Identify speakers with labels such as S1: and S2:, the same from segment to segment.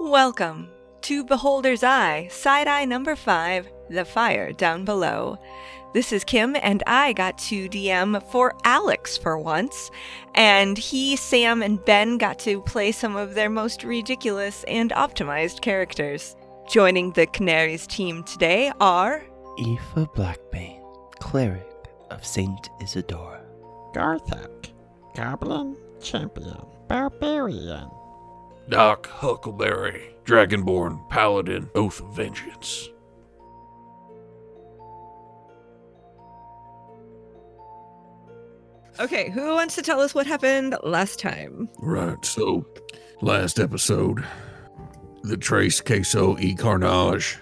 S1: Welcome to Beholder's Eye, Side Eye Number 5, The Fire Down Below. This is Kim, and I got to DM for Alex for once. And he, Sam, and Ben got to play some of their most ridiculous and optimized characters. Joining the Canaries team today are
S2: Aoife Blackbane, cleric of Saint Isidore.
S3: Garthok, Goblin Champion, Barbarian,
S4: Doc Huckleberry, Dragonborn Paladin, Oath of Vengeance.
S1: Okay, who wants to tell us what happened last time?
S4: Right, so last episode, the Trace Queso e Carnage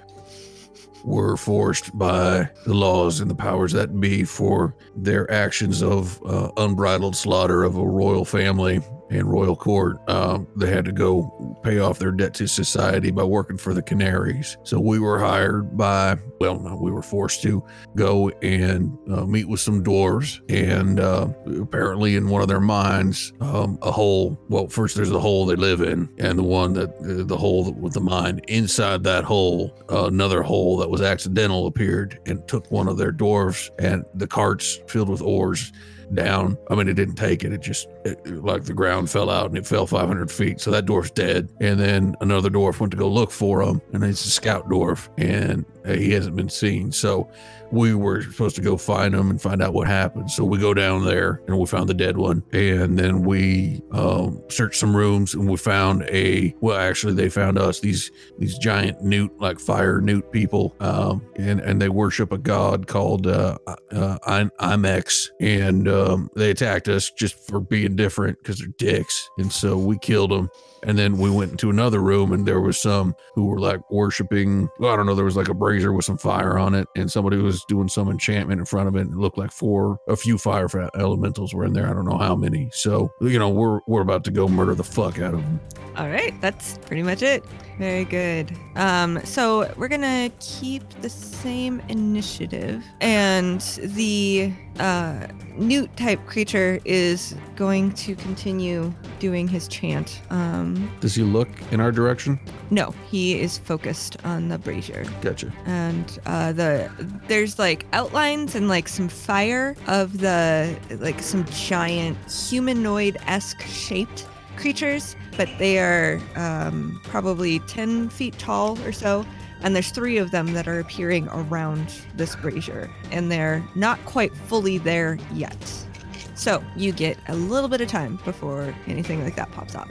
S4: were forced by the laws and the powers that be for their actions of uh, unbridled slaughter of a royal family and royal court. Um, they had to go pay off their debt to society by working for the Canaries. So we were hired by, well, no, we were forced to go and uh, meet with some dwarves. And uh, apparently, in one of their mines, um, a hole. Well, first there's the hole they live in, and the one that uh, the hole that, with the mine inside that hole, uh, another hole that was accidental appeared and took one of their dwarves and the carts filled with ores down. I mean, it didn't take it. It just it, it- like the ground fell out and it fell 500 feet. So that dwarf's dead. And then another dwarf went to go look for him, and it's a scout dwarf, and uh, he hasn't been seen. So we were supposed to go find him and find out what happened. So we go down there and we found the dead one, and then we um, searched some rooms and we found a well, actually they found us these these giant newt like fire newt people, um, and and they worship a god called uh, uh, I- Imex, and um, they attacked us just for being different because they're dicks, and so we killed them. And then we went into another room, and there was some who were like worshiping. Well, I don't know. There was like a brazier with some fire on it, and somebody was doing some enchantment in front of it. And it looked like four, a few fire fa- elementals were in there. I don't know how many. So you know, we're we're about to go murder the fuck out of them.
S1: All right, that's pretty much it. Very good. Um, so we're gonna keep the same initiative, and the uh, newt type creature is going to continue doing his chant. Um,
S4: Does he look in our direction?
S1: no, he is focused on the brazier,
S4: Gotcha.
S1: and uh, the there's like outlines and like some fire of the like some giant humanoid esque shaped creatures, but they are um, probably 10 feet tall or so. And there's three of them that are appearing around this brazier, and they're not quite fully there yet. So you get a little bit of time before anything like that pops up.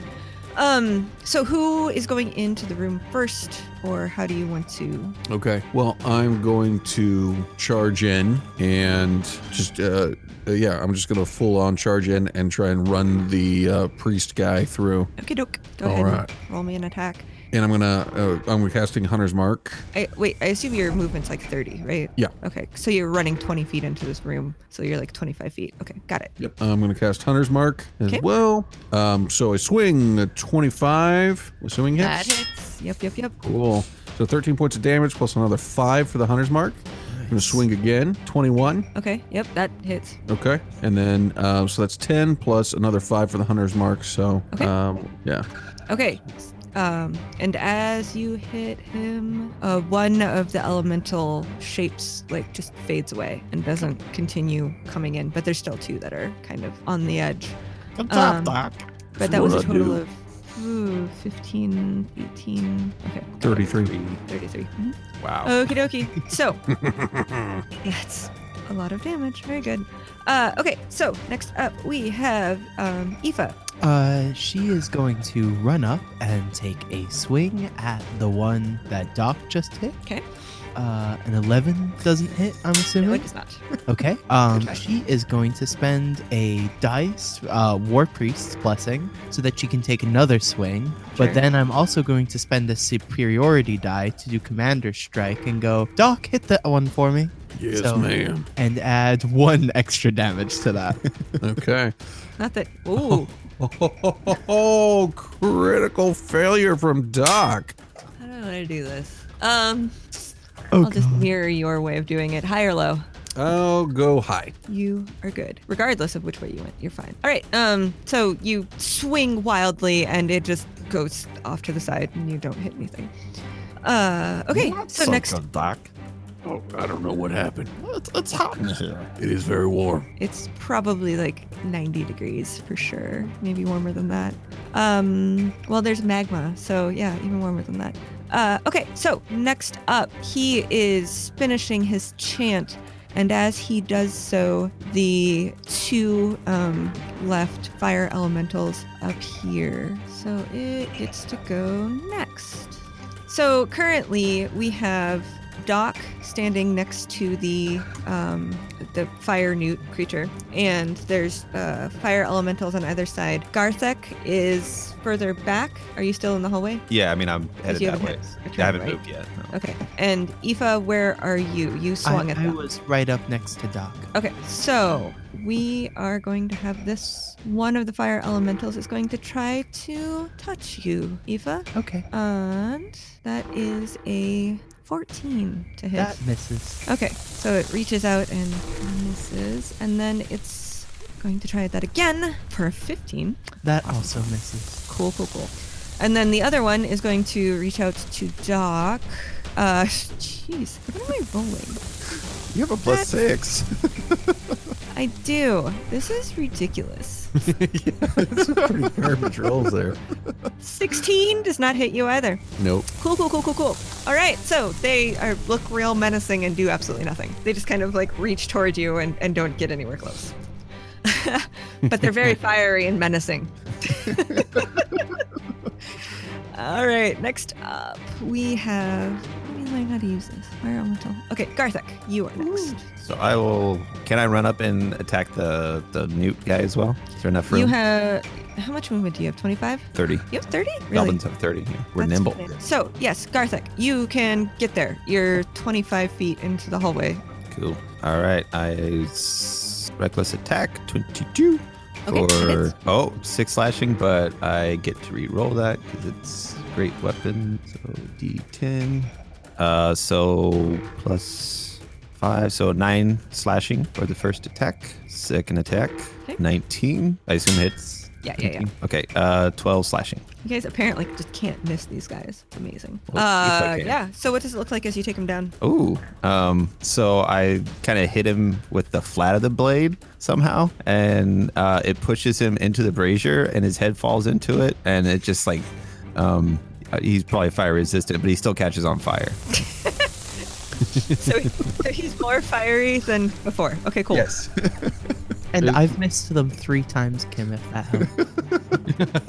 S1: Um, so who is going into the room first, or how do you want to?
S4: Okay. Well, I'm going to charge in and just, uh, uh, yeah, I'm just going to full on charge in and try and run the uh, priest guy through.
S1: Okay, doke. Go
S4: All
S1: ahead. and
S4: right.
S1: Roll me an attack.
S4: And I'm going to, uh, I'm casting Hunter's Mark.
S1: I, wait, I assume your movement's like 30, right?
S4: Yeah.
S1: Okay, so you're running 20 feet into this room, so you're like 25 feet. Okay, got it.
S4: Yep. I'm going to cast Hunter's Mark as
S1: Okay.
S4: well. Um, so I swing a 25, assuming hits.
S1: That hits. Yep, yep, yep.
S4: Cool. So 13 points of damage plus another five for the Hunter's Mark. I'm going to swing again, 21.
S1: Okay, yep, that hits.
S4: Okay. And then, uh, so that's 10 plus another five for the Hunter's Mark. So,
S1: Okay.
S4: um, yeah.
S1: Okay. Um, and as you hit him, uh, one of the elemental shapes like just fades away and doesn't continue coming in. But there's still two that are kind of on the edge.
S3: Good job,
S1: Um,
S3: Doc.
S1: But that was a
S4: What'd I do?
S1: total of ooh, 15, 18. Okay,
S4: 33.
S1: 33.
S2: Wow.
S1: Okie dokie. So that's a lot of damage. Very good. Uh, okay, so next up we have um, Aoife.
S2: Uh, she is going to run up and take a swing at the one that Doc just hit.
S1: 'Kay.
S2: Uh, an 11 doesn't hit, I'm
S1: No,
S2: assuming.
S1: it is not.
S2: Okay. Um,
S1: try.
S2: she is going to spend a dice, uh, War Priest's blessing, so that she can take another swing.
S1: Sure.
S2: But then I'm also going to spend a superiority die to do Commander Strike and go, Doc, hit that one for me,
S4: Yes,
S2: So-
S4: ma'am.
S2: and add one extra damage to that.
S4: Okay.
S1: Not that. Ooh,
S4: Oh, critical failure from Doc.
S1: I don't want to do this. Um,
S2: Oh,
S1: I'll just
S2: God.
S1: mirror your way of doing it. High or low?
S4: I'll Oh, go high.
S1: You are good, regardless of which way you went. You're fine. All right. Um, so you swing wildly, and it just goes off to the side and you don't hit anything. Uh, okay,
S5: That's
S1: so
S5: so
S1: next
S5: good, Doc.
S6: Oh, I don't know what happened.
S5: It's, it's hot in here.
S6: It is very warm.
S1: It's probably like 90 degrees for sure, maybe warmer than that. Um, well, there's magma, so yeah, even warmer than that. Uh, okay, so next up, he is finishing his chant, and as he does so, the two um, left fire elementals appear. So it gets to go next. So currently, we have Doc standing next to the um, the fire newt creature, and there's uh, fire elementals on either side. Garthek is further back. Are you still in the hallway?
S3: Yeah, I mean, I'm headed
S1: you
S3: that way.
S1: haven't had a turn,
S3: I haven't
S1: right?
S3: moved yet. no.
S1: Okay. And Aoife, where are you? You swung
S2: I,
S1: at
S2: I
S1: them.
S2: was right up next to Doc.
S1: Okay, so we are going to have this. One of the fire elementals is going to try to touch you, Eva,
S2: Okay.
S1: and that is a 14 to hit.
S2: That misses.
S1: Okay, so it reaches out and misses, and then it's going to try that again for a 15.
S2: That also misses.
S1: Cool, cool, cool. And then the other one is going to reach out to Doc. Uh, jeez, what am I rolling?
S3: You have a plus six.
S1: I do. This is ridiculous.
S3: pretty
S4: Garbage rolls there.
S1: 16 does not hit you either.
S4: Nope.
S1: Cool, cool, cool, cool, cool. All right, so they are look real menacing and do absolutely nothing. They just kind of like reach toward you and, and don't get anywhere close. but they're very fiery and menacing. All right, next up we have. Let me learn how to use this. Fire elemental. Okay, Garthek, you are next.
S3: So I will. Can I run up and attack the the newt guy as well? Is there enough room?
S1: You have how much movement do you have? Twenty-five.
S3: thirty.
S1: You have thirty. Really?
S3: Dolphins have thirty. Yeah. We're
S1: That's
S3: nimble.
S1: bananas. So yes, Garthek, you can get there. You're 25 feet into the hallway.
S3: Cool. All right. I s- reckless attack twenty-two.
S1: Okay, that
S3: for
S1: hits.
S3: oh six slashing, but I get to re-roll that because it's great weapon. So D10. Uh, so plus five, so nine slashing for the first attack. Second attack,
S1: Okay.
S3: nineteen. I assume hits.
S1: Yeah, yeah, yeah.
S3: 19. Okay, uh, twelve slashing.
S1: You guys apparently just can't miss these guys. It's amazing.
S3: Well, if I
S1: uh,
S3: can.
S1: yeah. So what does it look like as you take them down?
S3: Ooh. Um, so I kind of hit him with the flat of the blade somehow, and uh, it pushes him into the brazier, and his head falls into it, and it just like, um, he's probably fire resistant, but he still catches on fire.
S1: So, so he's more fiery than before. Okay, cool.
S3: Yes.
S2: And I've missed them three times, Kim, if that helps.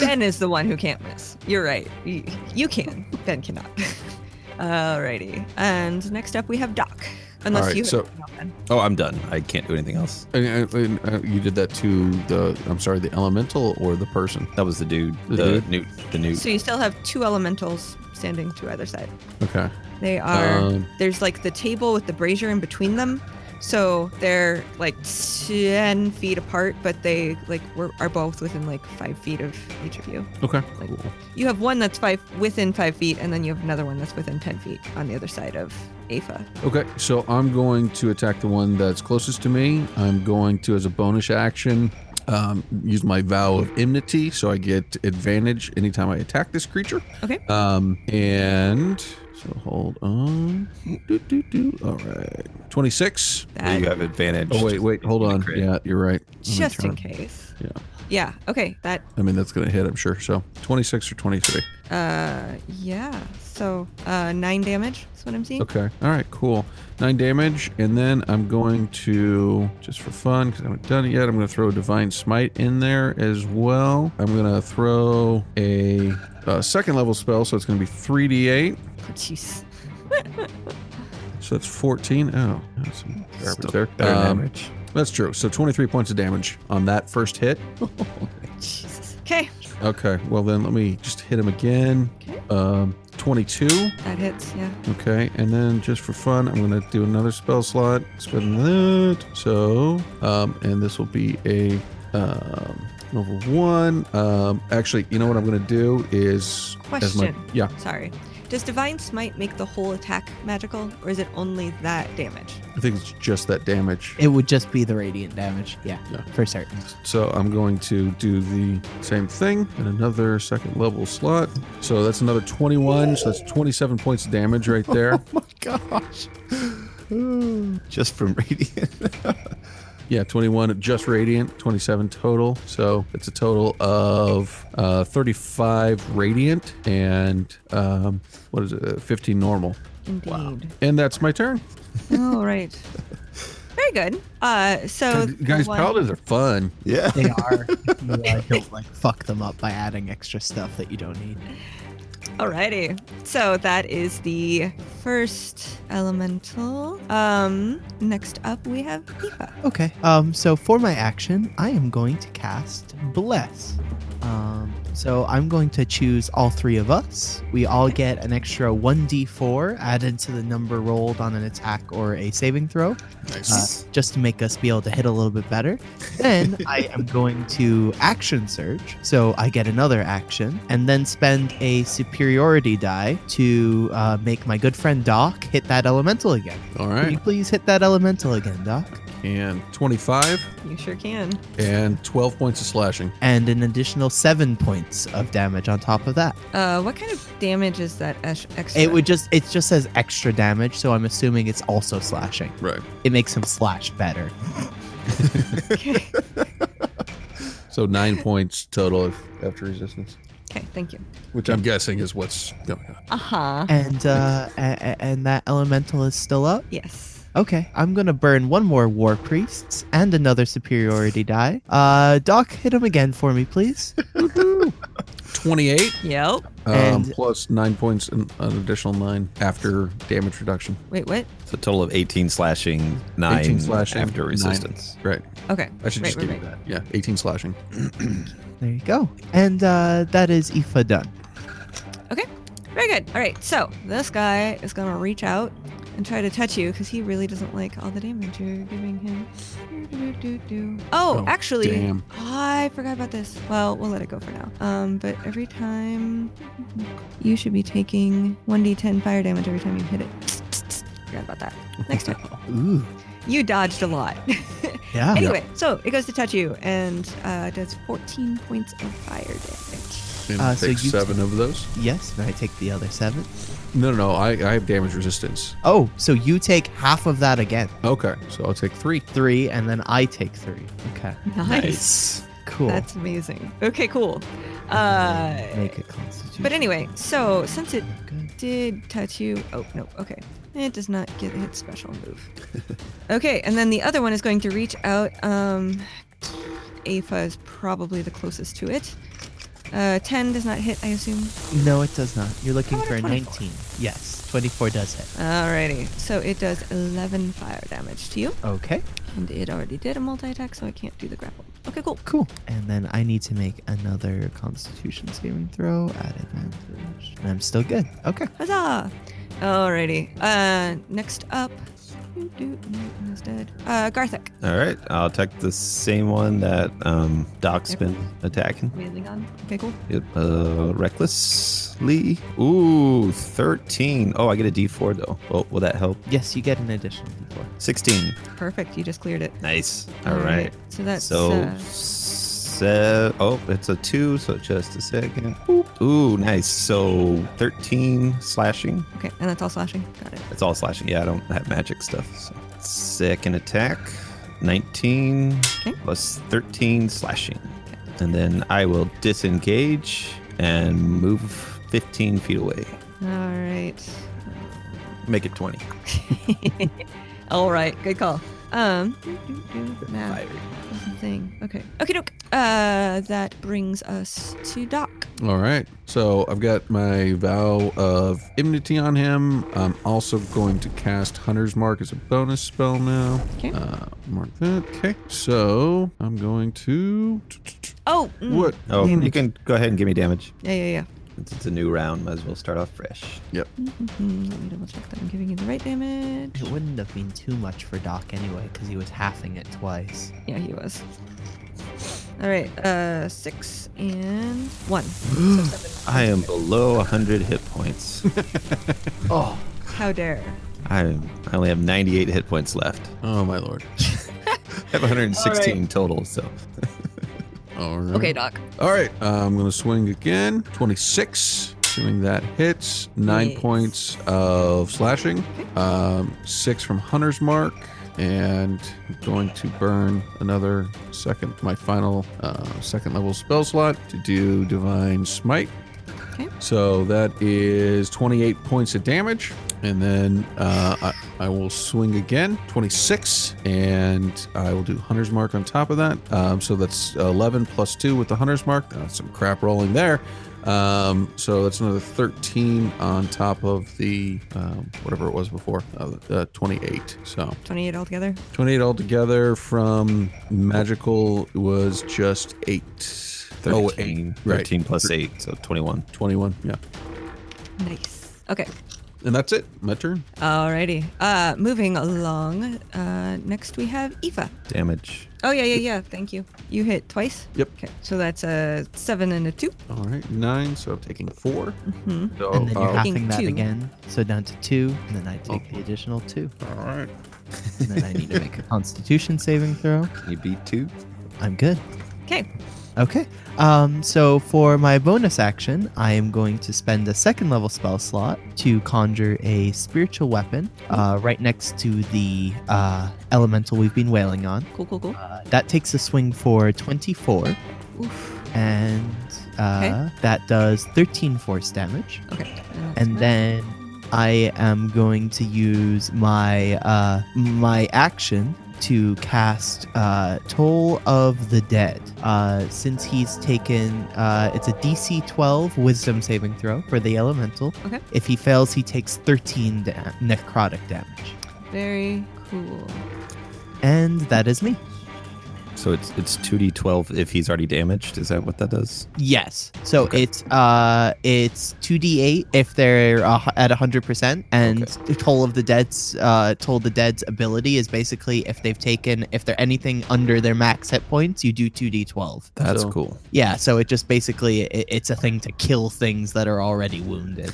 S1: Ben is the one who can't miss. You're right. You, you can. Ben cannot. Alrighty. And next up we have Doc. Unless
S4: Alright,
S1: you have
S4: so-
S1: something else, Ben.
S3: Oh, I'm done. I can't do anything else.
S4: And, and, and, uh, you did that to the, I'm sorry, the elemental or the person?
S3: That was the dude.
S4: The
S3: The,
S4: dude?
S3: newt. The newt.
S1: So you still have two elementals standing to either side.
S4: Okay.
S1: They are.
S4: Um,
S1: there's like the table with the brazier in between them. So they're like 10 feet apart, but they like were, are both within like five feet of each of you.
S4: Okay.
S1: Like, You have one that's five within five feet, and then you have another one that's within 10 feet on the other side of Afa.
S4: Okay, so I'm going to attack the one that's closest to me. I'm going to, as a bonus action, um, use my vow of enmity, so I get advantage anytime I attack this creature.
S1: Okay.
S4: Um, and so hold on. Do, do, do. All right, 26.
S1: That
S3: you have advantage.
S4: Oh wait, wait, hold on.
S3: Crit.
S4: Yeah, you're right. Let me
S1: just in
S4: turn-
S1: case.
S4: Yeah.
S1: Yeah. Okay. That,
S4: I mean, that's gonna hit, I'm sure. So 26 or 23.
S1: uh, yeah. So, uh, nine damage is what I'm seeing.
S4: Okay. All right. Cool. Nine damage, and then I'm going to just for fun because I haven't done it yet. I'm going to throw a divine smite in there as well. I'm going to throw a, uh second level spell, so it's going to be three d8.
S1: Jeez.
S4: So that's 14. Oh, that's some garbage there.
S3: Better
S4: Um,
S3: damage.
S4: That's true. So 23 points of damage on that first hit.
S1: Jesus. Okay.
S4: Okay. Well then, let me just hit him again.
S1: Okay.
S4: Um, 22.
S1: That hits. Yeah.
S4: Okay, and then just for fun, I'm gonna do another spell slot. Spend that. So, um, and this will be a um, level one. Um, actually, you know what I'm gonna do is as my
S1: Question.
S4: yeah.
S1: Sorry. Does Divine Smite make the whole attack magical, or is it only that damage?
S4: I think it's just that damage.
S2: It would just be the radiant damage. Yeah,
S4: Yeah.
S2: for certain.
S4: So I'm going to do the same thing in another second level slot. So that's another 21. So that's 27 points of damage right there.
S3: my gosh. Just from radiant.
S4: Yeah, 21 just radiant, 27 total. So it's a total of uh, 35 radiant and um, what is it? uh, 15 normal.
S1: Indeed.
S4: And that's my turn.
S1: All right. Very good. Uh, so
S4: Gu- Guys,
S1: one-
S4: paladins are fun.
S3: yeah.
S2: They are. if you uh, don't like fuck them up by adding extra stuff that you don't need.
S1: Alrighty. So that is the first elemental. Um, next up we have Aoife.
S2: Okay. Um. So for my action, I am going to cast Bless. Um. So I'm going to choose all three of us. We all get an extra 1d4 added to the number rolled on an attack or a saving throw. uh, just to make us be able to hit a little bit better. Then I am going to action surge, so I get another action, and then spend a superiority die to uh, make my good friend Doc hit that elemental again.
S4: All
S2: Can you
S4: right.
S2: please hit that elemental again, Doc?
S4: And 25
S1: You sure can.
S4: and 12 points of slashing.
S2: And an additional seven points of damage on top of that.
S1: Uh, what kind of damage is that ex- extra?
S2: It would just it just says extra damage, so I'm assuming it's also slashing.
S4: Right.
S2: It makes him slash better.
S1: Okay.
S4: So nine points total of, after resistance,
S1: okay. Thank you.
S4: which I'm guessing is what's going on.
S1: Uh huh.
S2: And uh a- a- and that elemental is still up.
S1: Yes.
S2: Okay, I'm gonna burn one more war priests and another superiority die. Uh, Doc, hit him again for me, please.
S4: 28
S1: Yep.
S4: um,
S2: And-
S4: plus nine points and an additional nine after damage reduction.
S1: Wait, what?
S3: So total of 18 slashing, 9
S4: slashing,
S3: after
S4: nine.
S3: resistance.
S4: Right.
S1: Okay.
S4: I should
S1: Right,
S4: just
S1: right,
S4: give you that. Yeah. 18 slashing.
S2: There you go. And uh, that is Ifa done.
S1: Very good. All right. So this guy is gonna reach out and try to touch you because he really doesn't like all the damage you're giving him. Doo-doo-doo-doo. Oh,
S4: Oh,
S1: actually,
S4: damn.
S1: I forgot about this. Well, we'll let it go for now. Um, but every time you should be taking 1d10 fire damage every time you hit it. Forgot about that. Next time.
S2: Ooh,
S1: You dodged a lot.
S2: Oh, yeah.
S1: anyway, so it goes to touch you and uh, does 14 points of fire damage.
S4: And
S2: Uh, so
S4: take
S2: you-
S4: seven of those.
S2: Yes, and I take the other seven.
S4: No, no, no. I, I have damage resistance.
S2: Oh, so you take half of that again.
S4: Okay. So I'll take three.
S2: Three, and then I take three. Okay,
S1: Nice.
S2: cool.
S1: That's amazing. Okay, cool. Uh,
S2: Make a constitution.
S1: but anyway, so since it
S2: Good.
S1: did touch you, oh no, okay, it does not get its special move. okay, and then the other one is going to reach out. Um, Afa is probably the closest to it. Uh, Ten does not hit, I assume.
S2: No, it does not. You're looking
S1: How
S2: for
S1: about
S2: a
S1: a 24?
S2: 19. Yes, 24 does hit.
S1: Alrighty, so it does 11 fire damage to you,
S2: Okay,
S1: and it already did a multi attack, so I can't do the grapple. Okay, cool.
S2: cool. And then I need to make another Constitution saving throw at advantage, and I'm still good. Okay.
S1: Huzzah! Alrighty. Uh, next up, doo doo, Newton is dead. Uh, Garthek,
S3: All right. I'll attack the same one that um, Doc's been attacking.
S1: wailing on. Okay, cool.
S3: Yep. Uh, recklessly. Ooh, 13. Oh, I get a d4 though. Oh, will that help?
S2: Yes, you get an additional d4.
S3: 16.
S1: Perfect. You just cleared it.
S3: Nice. All right.
S1: So that's
S3: So,
S1: uh,
S3: se- oh, it's a two, so just a second. Boop. Ooh, nice. So 13 slashing.
S1: okay, and that's all slashing. Got it.
S3: It's all slashing. Yeah, I don't have magic stuff. So. Second attack, 19
S1: Okay.
S3: plus 13 slashing. And then I will disengage and move 15 feet away.
S1: All right.
S3: Make it 20.
S1: all right. Good call. Um, doo doo doo. Math doesn't thing. Okay. Okay, doke. Uh, that brings us to Doc.
S4: All right. So I've got my vow of enmity on him. I'm also going to cast Hunter's Mark as a bonus spell now.
S1: Okay.
S4: Uh, mark that. Okay. So I'm going to.
S1: Oh. mm,
S4: What?
S3: Oh, you can go ahead and give me damage.
S1: Yeah, yeah, yeah.
S3: Since it's a new round, might as well start off fresh.
S1: Mhm, Let me double check that I'm giving you the right damage.
S2: It wouldn't have been too much for Doc anyway, because he was halving it twice.
S1: Yeah, he was. All right, uh, six and one. So seven.
S3: I am below 100 hit points.
S2: Oh,
S1: How dare.
S3: I am, I only have 98 hit points left.
S4: Oh my lord.
S3: I have 116 total, so
S4: All right.
S1: Okay, Doc.
S4: All right. Uh, I'm going to swing again. 26. Assuming that hits. Nine
S1: Yes.
S4: points of slashing. Um, six from Hunter's Mark. And I'm going to burn another second, my final uh, second level spell slot to do Divine Smite.
S1: Okay.
S4: So that is 28 points of damage. And then uh, I, I will swing again, 26, and I will do Hunter's Mark on top of that. Um, so that's 11 plus 2 with the Hunter's Mark. Uh, some crap rolling there. Um, so that's another 13 on top of the um, whatever it was before, uh, uh, 28. So
S1: 28 altogether.
S4: 28 altogether from magical was just 8.
S3: 13,
S4: Oh,
S3: 13
S4: right.
S3: plus 8, so 21.
S4: 21, yeah.
S1: Nice. Okay.
S4: And that's it. My turn.
S1: Alrighty. Uh, moving along. Uh, next we have Eva.
S3: Damage.
S1: Oh yeah, yeah, yeah. Thank you. You hit twice.
S4: Yep.
S1: Okay, so that's a seven and a two.
S4: All right, nine. So I'm taking four.
S1: Mm-hmm.
S4: So,
S2: and then you're
S4: uh,
S2: halving that
S1: Two.
S2: again, so down to two, and then I take the additional two,
S4: all right.
S2: and then I need to make a Constitution saving throw.
S3: Can you beat 2?
S2: I'm good.
S1: Okay.
S2: Okay. Um, so for my bonus action, I am going to spend a second level spell slot to conjure a spiritual weapon uh, right next to the uh, elemental we've been wailing on.
S1: Cool, cool, cool.
S2: Uh, that takes a swing for 24,
S1: Oof.
S2: and uh, that does 13 force damage.
S1: Okay.
S2: And then I am going to use my uh, my action to cast uh, Toll of the Dead. Uh, since he's taken, uh, it's a DC 12 Wisdom saving throw for the elemental.
S1: Okay.
S2: If he fails, he takes 13 da- necrotic damage.
S1: very cool.
S2: And that is me.
S3: So it's it's 2d12 if he's already damaged. Is that what that does?
S2: Yes. So
S3: Okay.
S2: it's uh it's 2d8 if they're uh, at 100% and the toll of the dead's uh toll of the dead's ability is basically if they've taken if they're anything under their max hit points you do 2d12.
S3: That's
S4: So-
S3: cool.
S2: Yeah, so it just basically it, it's a thing to kill things that are already wounded.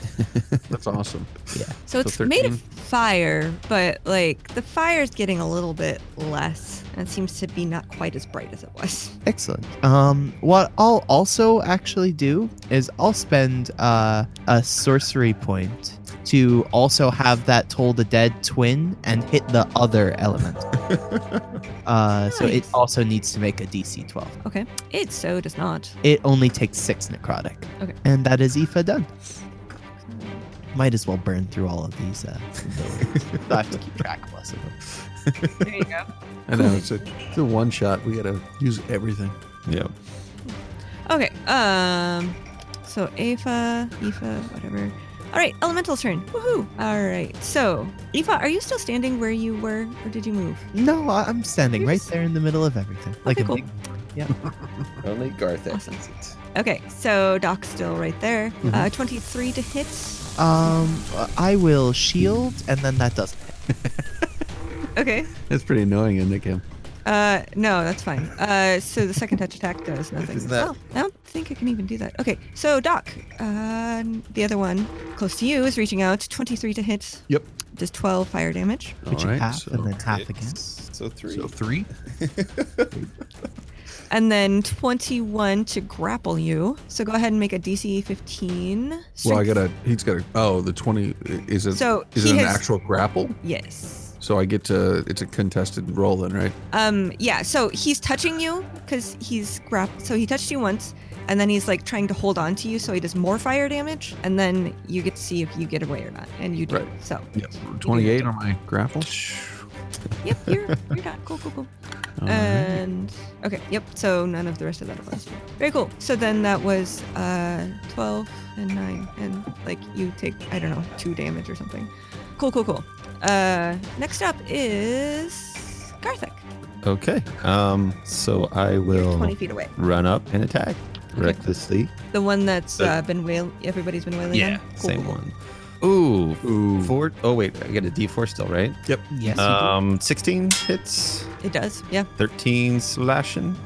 S4: That's awesome.
S1: So it's
S4: So
S1: made of
S4: 13.
S1: fire, but like the fire's getting a little bit less, and it seems to be not quite as bright as it was.
S2: Excellent. Um, what I'll also actually do is I'll spend uh, a sorcery point to also have that toll the dead twin and hit the other element. uh, so it
S1: Nice.
S2: also needs to make a DC 12.
S1: Okay. It so does not.
S2: It only takes six necrotic.
S1: Okay.
S2: And that is Aoife done. Might as well burn through all of these. Uh, abilities. I have to keep track of less of them.
S1: There you go.
S4: I know it's a, it's a one shot. We gotta use everything.
S3: Yeah.
S1: Okay. Um. So Afa, Aoife, whatever. All right, elemental turn. Woohoo! All right. So, Aoife, are you still standing where you were, or did you move?
S2: No, I- I'm standing
S1: You're
S2: right
S1: just-
S2: there in the middle of everything. Like
S1: Okay,
S2: a
S1: cool.
S2: big
S3: Only Garth
S1: Awesome.
S3: it.
S1: Okay, so Doc's still right there.
S3: Mm-hmm.
S1: Uh, 23 to hit.
S2: Um, I will shield, and then that doesn't. hit.
S1: Okay.
S4: That's pretty annoying, isn't it, Kim?
S1: Uh, no, that's fine. Uh, so the second touch attack does nothing
S3: Is
S1: as
S3: that-
S1: well. I don't think I can even do that. Okay, so Doc, uh, the other one close to you is reaching out. 23 to hit.
S4: Yep.
S1: Does 12 fire damage.
S2: Which
S4: All right,
S2: half
S4: so
S2: and then half again.
S3: So three.
S4: So three.
S1: And then 21 to grapple you. So go ahead and make a DC 15.
S4: Well, I
S1: strength-
S4: gotta. He's gotta. Oh, the twenty is it?
S1: So
S4: is
S1: he
S4: it an
S1: has-
S4: actual grapple?
S1: Yes.
S4: So I get to. It's a contested roll then, right?
S1: Um, yeah, so he's touching you because he's grab. So he touched you once, and then he's like trying to hold on to you, so he does more fire damage, and then you get to see if you get away or not, and you do.
S4: Right.
S1: So,
S4: Yep. Twenty-eight on my grapple.
S1: yep, you're you're done. Cool, cool, cool.
S4: All right.
S1: And okay, yep. So none of the rest of that applies. to you. Very cool. So then that was uh, twelve and nine, and like you take I don't know two damage or something. Cool, cool, cool. Uh, next up is Garthek.
S3: Okay. Um. So I
S1: You're twenty
S3: will
S1: feet away.
S3: run up and attack recklessly.
S1: The one that's
S3: The-
S1: uh, been wail. Everybody's been wailing. on? Cool,
S3: Same
S1: cool,
S3: one. Ooh.
S4: Ooh.
S3: Four. Oh wait, I get a D4 still, right?
S2: Yes.
S3: Uh, Um. 16 hits.
S1: cool. It does. Yeah.
S3: 13 slashing.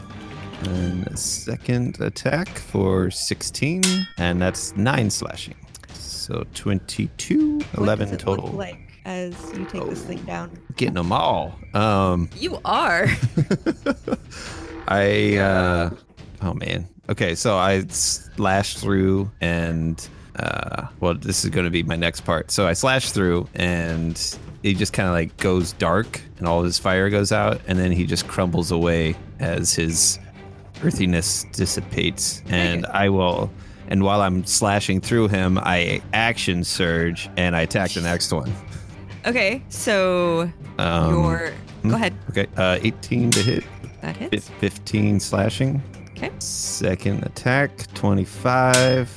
S3: And a second attack for 16, and that's 9 slashing. So 22,
S1: What
S3: 11
S1: does it look
S3: total. Oh.
S1: like as you take this thing down.
S3: Getting them all. Um,
S1: You are.
S3: I uh oh man. Okay, so I slash through and uh well this is going to be my next part. So I slash through and he just kind of like goes dark and all his fire goes out and then he just crumbles away as his earthiness dissipates and I will and while I'm slashing through him, I action surge and I attack the next one.
S1: Okay, so
S3: Um,
S1: your
S3: hmm.
S1: go ahead.
S3: okay, uh, 18 to hit.
S1: That
S3: Fif-
S1: hits.
S3: 15 slashing.
S1: Okay.
S3: Second attack, 25.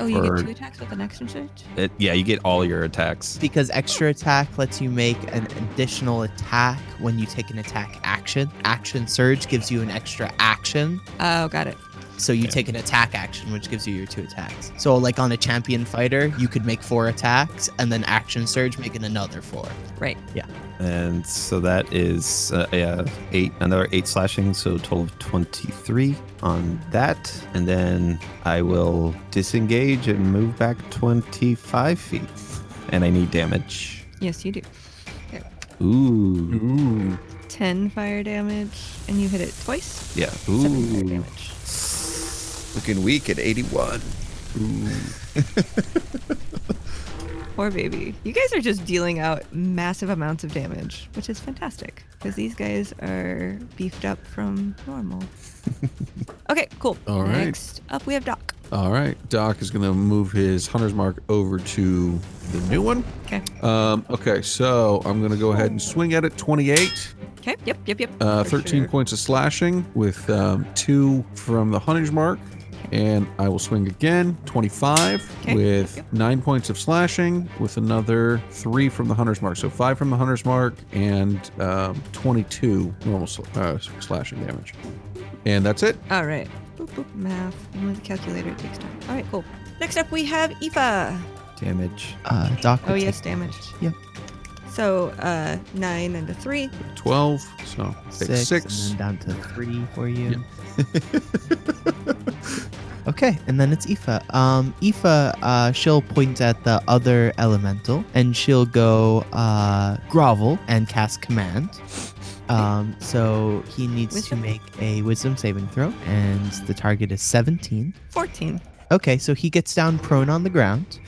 S1: Oh, you
S3: or-
S1: get two attacks with an extra surge.
S3: It, yeah, you get all your attacks.
S2: because extra attack lets you make an additional attack when you take an attack action. Action surge gives you an extra action,
S1: Oh, got it.
S2: so you take an attack action, which gives you your two attacks. So, like on a champion fighter, you could make four attacks and then action surge, making another four.
S1: Right.
S3: And so that is uh, yeah, eight, another eight slashing, so total of 23 on that. And then I will disengage and move back 25 feet. And I need damage.
S1: Yes, you do.
S3: Ooh.
S4: Ooh.
S1: Ten fire damage, and you hit it twice.
S3: Yeah.
S1: Seven fire
S3: Ooh.
S1: damage.
S3: Looking weak at 81.
S1: Poor baby. You guys are just dealing out massive amounts of damage, which is fantastic because these guys are beefed up from normal. okay, cool.
S4: All right.
S1: Next up, we have Doc.
S4: All right. Doc is going to move his hunter's mark over to the new one.
S1: Okay.
S4: Um, okay, so I'm going to go ahead and swing at it. 28,
S1: Okay. Yep. Yep. Yep.
S4: uh,
S1: For
S4: 13
S1: sure.
S4: points of slashing with um, two from the hunter's mark. And I will swing again, 25,
S1: Okay,
S4: with
S1: yep.
S4: nine points of slashing, with another three from the hunter's mark. So five from the hunter's mark and um, 22 normal sl- uh, slashing damage. And that's it.
S1: All right. Boop, boop, math. And with a calculator, it takes time. All right. Cool. Next up, we have Eva.
S3: Damage.
S2: Uh, Doc.
S1: Oh
S2: would
S1: yes,
S2: take
S1: damage.
S2: Yep.
S1: So uh, nine and a three.
S4: 12, so take
S2: Six,
S4: six.
S2: and then down to three for you. Okay, and then it's Aoife. Um, Aoife, uh, she'll point at the other elemental and she'll go uh, grovel and cast command. Um, so he needs
S1: Wisdom?
S2: to make a wisdom saving throw, and the target is 17.
S1: 14.
S2: Okay, so he gets down prone on the ground.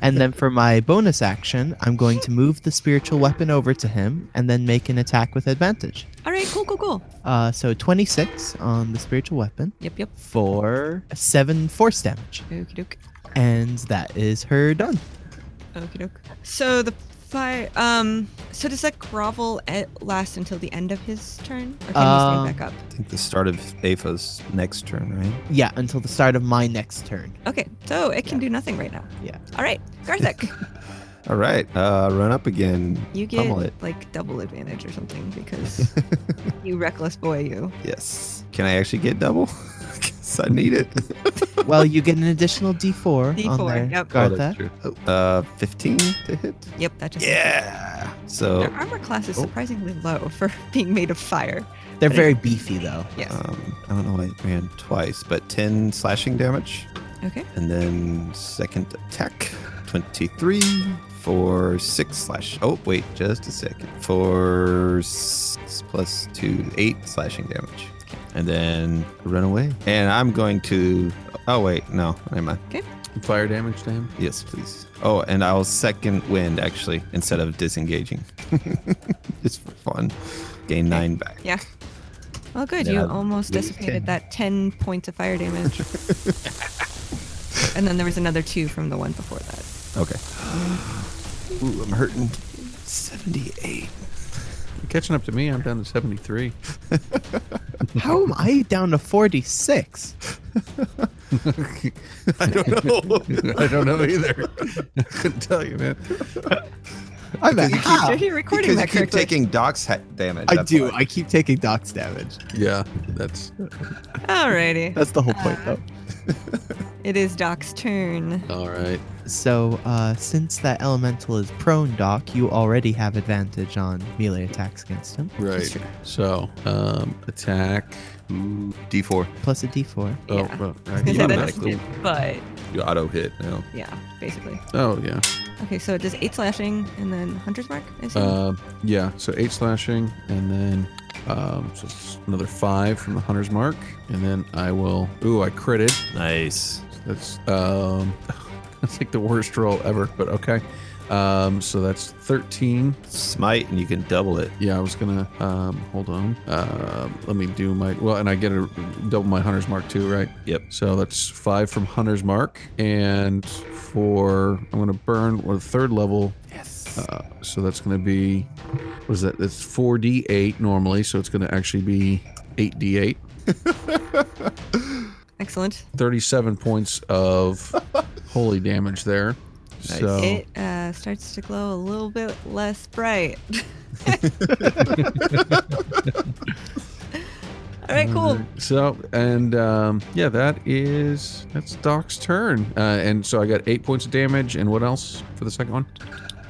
S2: and then for my bonus action, I'm going to move the spiritual weapon over to him and then make an attack with advantage.
S1: All right. Cool. Cool. Cool.
S2: Uh, so 26 on the spiritual weapon
S1: Yep. Yep.
S2: for 7 force damage.
S1: Okie doke.
S2: And that is her done.
S1: Okie doke. So the fire. Um. So does that grovel at last until the end of his turn, or can
S2: Um,
S1: he stand back up?
S3: I think the start of Afa's next turn, right?
S2: Yeah, until the start of my next turn.
S1: Okay. So it can do nothing right now.
S2: Yeah.
S1: All right, Garthek,
S3: All right, uh, run up again.
S1: you
S3: Pummel it.
S1: get like double advantage or something because you reckless boy, you.
S3: Yes. Can I actually get double? 'Cause I need it.
S2: Well, you get an additional D4, on
S1: D4,
S2: there,
S1: yep.
S4: Oh,
S2: Gartha.
S4: that's true.
S3: Uh, 15 to hit.
S1: Yep, that just.
S3: Yeah. So
S1: Their armor class is
S3: Oh.
S1: surprisingly low for being made of fire.
S2: They're very beefy, though.
S1: Yes.
S3: um, I don't know why I ran twice, but 10 slashing damage.
S1: Okay.
S3: And then second attack, 23 for 6 slash. Oh, wait, just a second. For 6 plus 2, 8 slashing damage. And then run away. And I'm going to. Oh, wait, no, never mind.
S4: Fire damage to him.
S3: Yes, please. Oh, and I'll second wind actually instead of disengaging. Just for fun. Gain nine back.
S1: Yeah. Well, good.
S3: Then
S1: you
S3: I'll
S1: almost
S3: lose
S1: dissipated
S3: 10.
S1: that 10 points of fire damage. and then there was another two from the one before that.
S3: Okay. Ooh, I'm hurting. 78.
S4: You're catching up to me. I'm down to 73.
S2: How am I down to 46?
S3: I don't know.
S4: I don't know either. I couldn't tell you, man.
S2: I'm
S3: Because
S2: at
S3: you keep-
S2: half.
S1: Are you recording
S3: because you
S1: that
S3: keep
S1: correctly?
S3: taking Doc's ha- damage.
S2: I
S3: that's
S2: do.
S3: why.
S2: I keep taking Doc's damage.
S4: Yeah, that's
S1: Alrighty. Uh,
S2: That's the whole point, though.
S1: It is Doc's turn.
S4: all right.
S2: So, uh, since that elemental is prone, Doc, you already have advantage on melee attacks against him,
S4: Right. So, um, attack. Ooh.
S3: D4.
S2: plus a D4.
S4: Oh,
S1: Yeah.
S4: well,
S1: I was
S4: I-
S1: gonna say that
S3: automatically-
S1: doesn't hit, but
S3: You auto hit Oh, now.
S1: yeah, basically.
S4: oh yeah.
S1: Okay, so it does eight slashing and then hunter's mark. I assume?
S4: Uh, yeah. So eight slashing, and then um, so it's another five from the hunter's mark, and then I will. Ooh, I critted.
S3: Nice.
S4: That's um, that's like the worst roll ever. But okay. Um, so that's thirteen.
S3: Smite, and you can double it.
S4: Yeah, I was gonna um, hold on. Uh, let me do my well, and I get a double my hunter's mark too, right?
S3: Yep.
S4: So that's five from hunter's mark, and for I'm gonna burn or third level. Yes. Uh, so that's gonna be what is that? That's four d eight normally, so it's gonna actually be eight d eight.
S1: Excellent.
S4: Thirty seven points of holy damage there.
S3: Nice.
S4: So
S1: It uh, starts to glow a little bit less bright. All right, cool.
S4: So and um, yeah, that is that's Doc's turn. Uh, and so I got eight points of damage. And what else for the second one?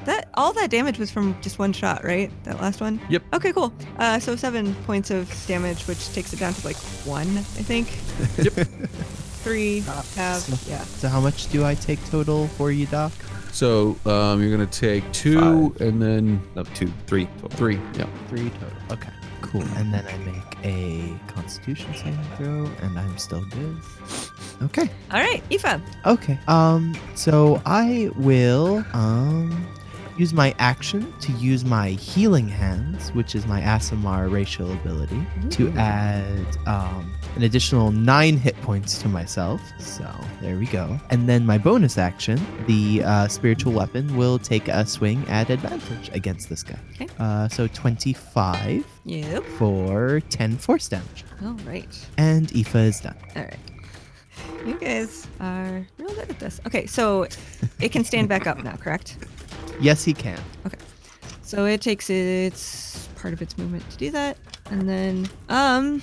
S1: That all that damage was from just one shot, right? That last one.
S4: Yep.
S1: Okay, cool. Uh, so seven points of damage, which takes it down to like one, I think.
S4: Yep.
S1: Three.
S2: Ah, so-
S1: Have, yeah.
S2: So, how much do I take total for you, Doc?
S4: So um, you're gonna take two and then
S3: No, two, three. total.
S4: three. Yeah.
S2: Three total. Okay, cool. And then I make a Constitution saving throw, and I'm still good. Okay.
S1: All right, Aoife.
S2: Okay. Um. So I will um use my action to use my healing hands, which is my Asimar racial ability, to add um an additional nine hit points to myself. So there we go. And then my bonus action, the uh, spiritual weapon, will take a swing at advantage against this guy.
S1: Okay.
S2: Uh. So twenty-five
S1: Yep.
S2: for ten force damage,
S1: All right.
S2: and Aoife is done.
S1: All right. You guys are real good at this. Okay, so it can stand back up now, correct?
S2: Yes, he can.
S1: So it takes its part of its movement to do that, and then um,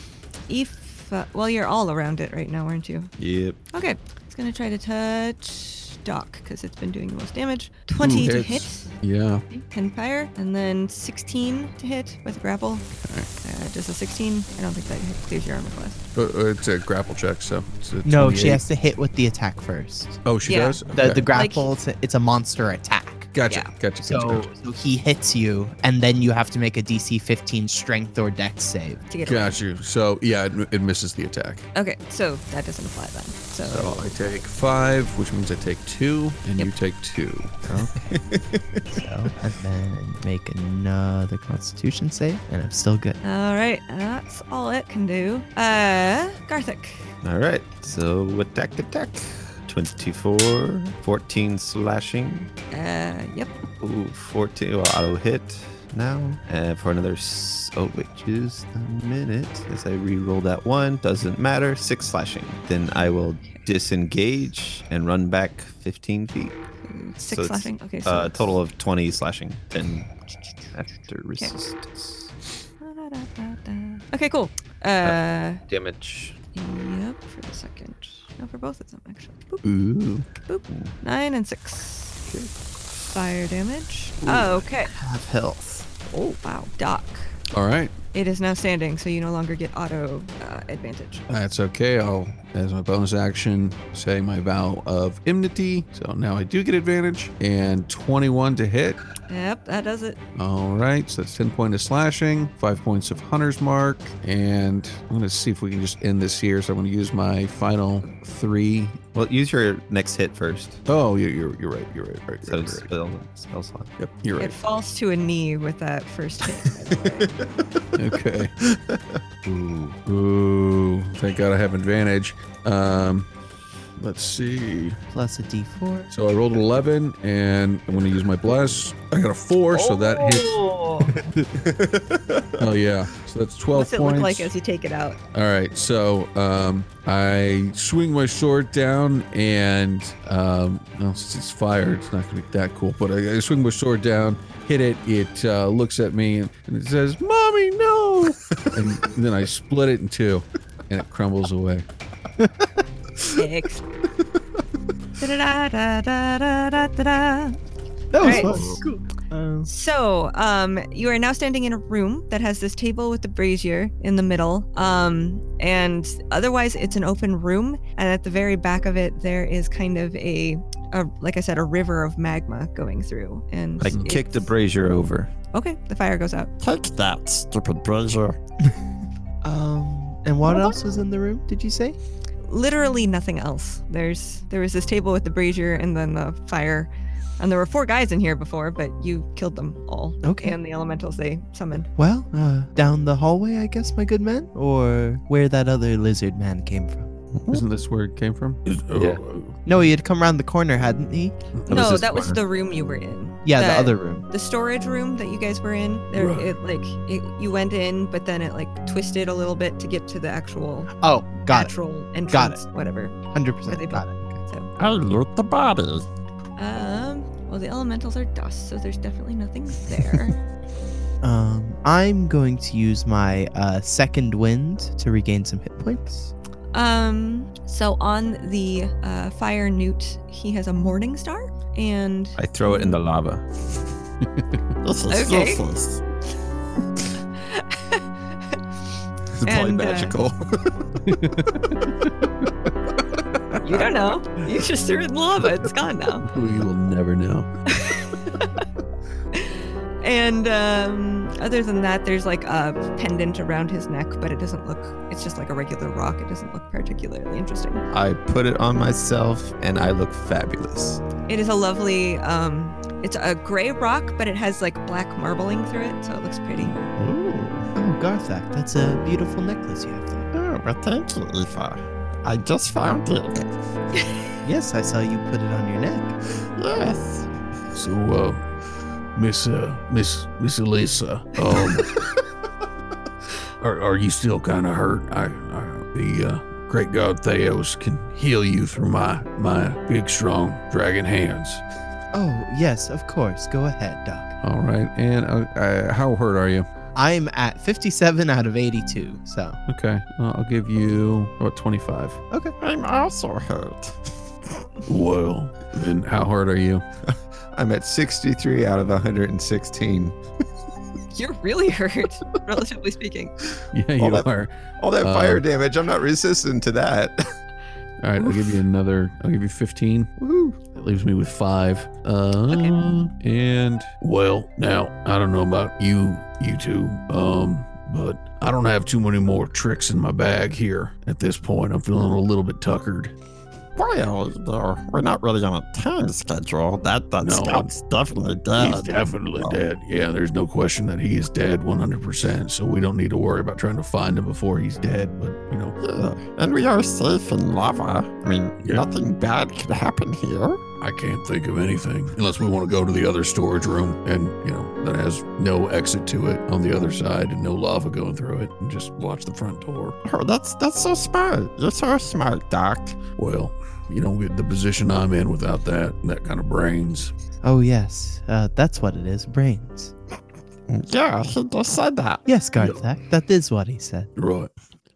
S1: if uh, well, you're all around it right now, aren't you?
S3: Yep.
S1: Okay, it's gonna try to touch Doc because it's been doing the most damage. Twenty to
S4: hits.
S1: hit,
S4: Yeah.
S1: ten fire, and then sixteen to hit with grapple. Uh, does a sixteen? I don't think that clears your armor class.
S4: But uh, it's a grapple check, so it's a
S2: No, she
S4: 28.
S2: has to hit with the attack first.
S4: Oh, she
S1: Yeah.
S4: does.
S2: The,
S4: Okay.
S2: the grapple, it's, a, it's a monster attack.
S4: gotcha,
S1: yeah.
S4: gotcha. Gotcha.
S2: So,
S4: gotcha.
S2: so he hits you, and then you have to make a DC 15 strength or dex save.
S1: To get away.
S4: Got you. So yeah, it, it misses the attack.
S1: Okay, so that doesn't apply then.
S4: So I take five, which means I take two, and
S1: Yep.
S4: you take two.
S2: So, and then make another constitution save, and I'm still good.
S1: All right, that's all it can do. Uh, Garthic.
S3: All right. So attack, attack. 24, 14 slashing.
S1: Uh, yep.
S3: Ooh, 14. Well, auto hit now. And for another. S- oh, wait, just a minute. As I re roll that one, doesn't matter. Six slashing. Then I will disengage and run back 15 feet.
S1: Six
S3: it's,
S1: slashing. Okay, so
S3: Uh,
S1: it's-
S3: total of 20 slashing. 10 after resistance.
S1: Okay, cool. Uh,
S3: Damage.
S1: yep. For the second. No, for both of them actually. Boop,
S3: Ooh.
S1: boop. Nine and six. Fire damage. Oh, okay.
S3: Half health.
S1: Oh wow, Doc.
S4: All right.
S1: It is now standing, so you no longer get auto uh, advantage.
S4: That's okay. I'll, as my bonus action, say my vow of enmity. So now I do get advantage and 21 to hit.
S1: Yep, that does it.
S4: All right. So that's 10 points of slashing, five points of hunter's mark. And I'm going to see if we can just end this here. So I'm going to use my final three.
S3: Well, use your next hit first.
S4: Oh, you're, you're, you're right. You're right. right, right,
S3: So
S4: right, right.
S3: spell, spell slot.
S4: Yep. You're
S1: It
S4: right.
S1: falls to a knee with that first hit. by the way.
S4: Okay. Ooh. Ooh. Thank God I have advantage. Um, let's see.
S2: Plus a d4.
S4: So I rolled an 11, and I'm going to use my bless. I got a four, so that hits.
S1: Oh.
S4: Oh yeah, so So that's 12
S1: What's it
S4: points.
S1: look like as you take it out?
S4: All right, so um, I swing my sword down, and um, well, since it's fire, it's not going to be that cool. But I, I swing my sword down, hit it. It uh, looks at me and, and it says, "Mommy, no!" and then I split it in two, and it crumbles away.
S1: Six. Da-da-da-da-da-da-da-da.
S2: That
S1: Alright.
S2: was fun. Uh,
S1: So, um, you are now standing in a room that has this table with the brazier in the middle. Um, and otherwise, it's an open room. And at the very back of it, there is kind of a, a like I said, a river of magma going through. And
S3: I kick the
S1: it's-
S3: brazier over.
S1: Okay, the fire goes out.
S5: Take that, stupid brazier.
S2: um, and what else was in the room? Did you say?
S1: Literally nothing else. There's there was this table with the brazier and then the fire, and there were four guys in here before, but you killed them all.
S2: Okay.
S1: And the elementals they summoned.
S2: Well, uh, down the hallway, I guess, my good man, or where that other lizard man came from.
S4: Isn't this where it came from?
S6: Is- oh,
S3: Yeah.
S2: No, he had come round the corner, hadn't he?
S3: was
S1: no,
S3: this
S1: that was
S3: corner.
S1: the room you were in.
S2: Yeah,
S1: That-
S2: the other room.
S1: the storage room that you guys were in there
S6: Right.
S1: it like it, you went in but then it like twisted a little bit to get to the actual
S2: Oh, got it.
S1: natural entrance
S2: Got
S1: whatever
S2: Hundred
S1: where they
S2: percent. Got it.
S1: so
S5: I loot the body.
S1: um well the elementals are dust so there's definitely nothing there
S2: Um, I'm going to use my uh, second wind to regain some hit points.
S1: um so on the uh, fire newt he has a morning star and
S3: I throw it in the lava.
S5: This is
S1: Okay.
S5: useless.
S1: probably
S3: It's probably
S1: And, uh, magical.
S3: magical.
S1: you don't know you just threw it in lava it's gone now
S4: We will never know.
S1: And um, other than that, there's like a pendant around his neck, but it doesn't look, it's just like a regular rock. It doesn't look particularly interesting.
S3: I put it on myself and I look fabulous.
S1: It is a lovely, um, it's a gray rock, but it has like black marbling through it, so it looks pretty.
S2: Oh, Garthak, that's a beautiful necklace you have there.
S5: Oh, but thank you, Eva. I just found it.
S2: Yes, I saw you put it on your neck.
S5: Yes.
S6: So, uh, Miss, uh, Miss, Miss Elisa, um, are, are you still kind of hurt? I, I, the, uh, great god Theos can heal you through my, my big, strong dragon hands.
S2: Oh, yes, of course. Go ahead, Doc.
S4: All right, and uh, uh, how hurt are you?
S2: I'm at 57 out of 82, so
S4: Okay, uh, I'll give you about 25.
S5: I'm also hurt.
S6: Well, then
S4: How hard are you?
S3: I'm at 63 out of 116.
S1: You're really hurt, relatively speaking.
S4: Yeah, you
S3: Well, that-
S4: are.
S3: All that
S4: Uh,
S3: fire damage, I'm not resistant to that.
S4: All right, I'll give you another. I'll give you 15.
S3: Woo.
S4: That leaves me with five. Uh, And
S6: Well, now I don't know about you, you two, um, but I don't have too many more tricks in my bag here at this point. I'm feeling a little bit tuckered.
S5: Well, though, uh, we're not really on a time schedule. That that
S6: No.
S5: scout's definitely
S6: He's
S3: Oh,
S5: dead. Oh.
S6: definitely
S5: well.
S6: dead. Yeah, there's no question that he is dead 100%. So we don't need to worry about trying to find him before he's dead. But, you know,
S5: Yeah, Uh, and we are safe in lava. I mean,
S6: Yeah.
S5: nothing bad could happen here.
S6: I can't think of anything unless we want to go to the other storage room and, you know, that has no exit to it on the other side and no lava going through it and just watch the front door.
S5: Oh, that's that's so smart. You're so smart, Doc.
S6: Well, you don't get the position I'm in without that, that kind of brains.
S2: Oh, yes. Uh, that's what it is brains.
S5: Yeah, he just said that.
S2: Yes, Garthak, that is what he said.
S6: Right.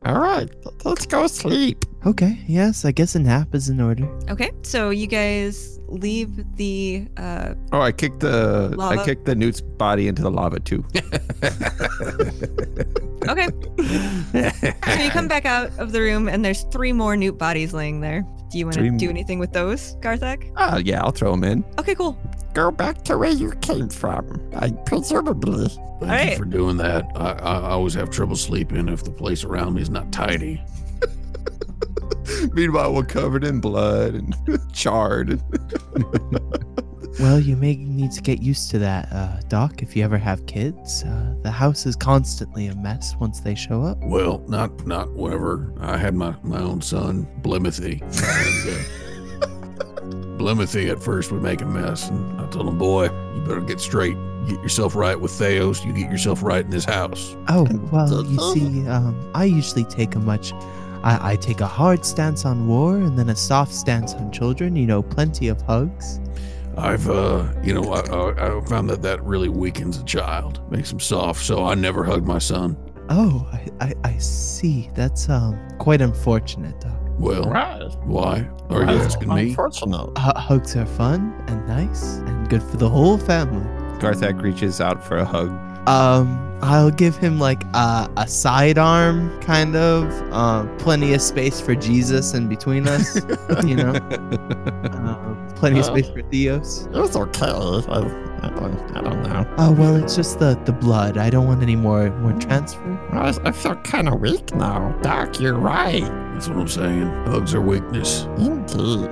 S5: All right, let's go sleep.
S2: Okay, yes, I guess a nap is in order.
S1: Okay, so you guys leave the, uh,
S3: Oh, I kicked the
S1: Lava.
S3: I kicked the newt's body into the lava too.
S1: okay. so you come back out of the room, and there's three more newt bodies laying there. Do you want
S3: Three
S1: to
S3: m-
S1: do anything with those, Garthak?
S3: Oh
S5: Uh,
S3: yeah, I'll throw him in.
S1: Okay, cool.
S5: Go back to where you came from. I presumably.
S6: Thank you
S1: Alright.
S6: for doing that. I, I I always have trouble sleeping if the place around me is not tidy.
S3: Meanwhile, we're covered in blood and charred.
S2: Well, you may need to get used to that, uh, Doc, if you ever have kids. Uh, the house is constantly a mess once they show up.
S6: Well, not not whenever I had my, my own son, Blimothy. And, uh, Blemothy at first would make a mess, and I told him, boy, you better get straight. Get yourself right with Theos. You get yourself right in this house.
S2: Oh well, you see, um, I usually take a much, I, I take a hard stance on war and then a soft stance on children. You know, plenty of hugs.
S6: I've, uh, you know, I, I, I found that that really weakens a child, makes him soft. So I never hugged my son.
S2: Oh, I, I, I see. That's um quite unfortunate, Doc.
S6: Well,
S5: Right.
S6: why are you asking me?
S5: Unfortunate.
S2: H- hugs are fun and nice and good for the whole family.
S3: Garthak reaches out for a hug.
S2: Um, I'll give him like a, a sidearm kind of, uh, plenty of space for Jesus in between us, you know. Uh, plenty of
S5: Uh.
S2: space for Theos.
S5: It was okay. I, I, don't, I don't know.
S2: Oh well, it's just the the blood. I don't want any more more transfer.
S5: I, I feel kind of weak now. Doc, you're right.
S6: That's what I'm saying. Hugs are weakness.
S5: Indeed.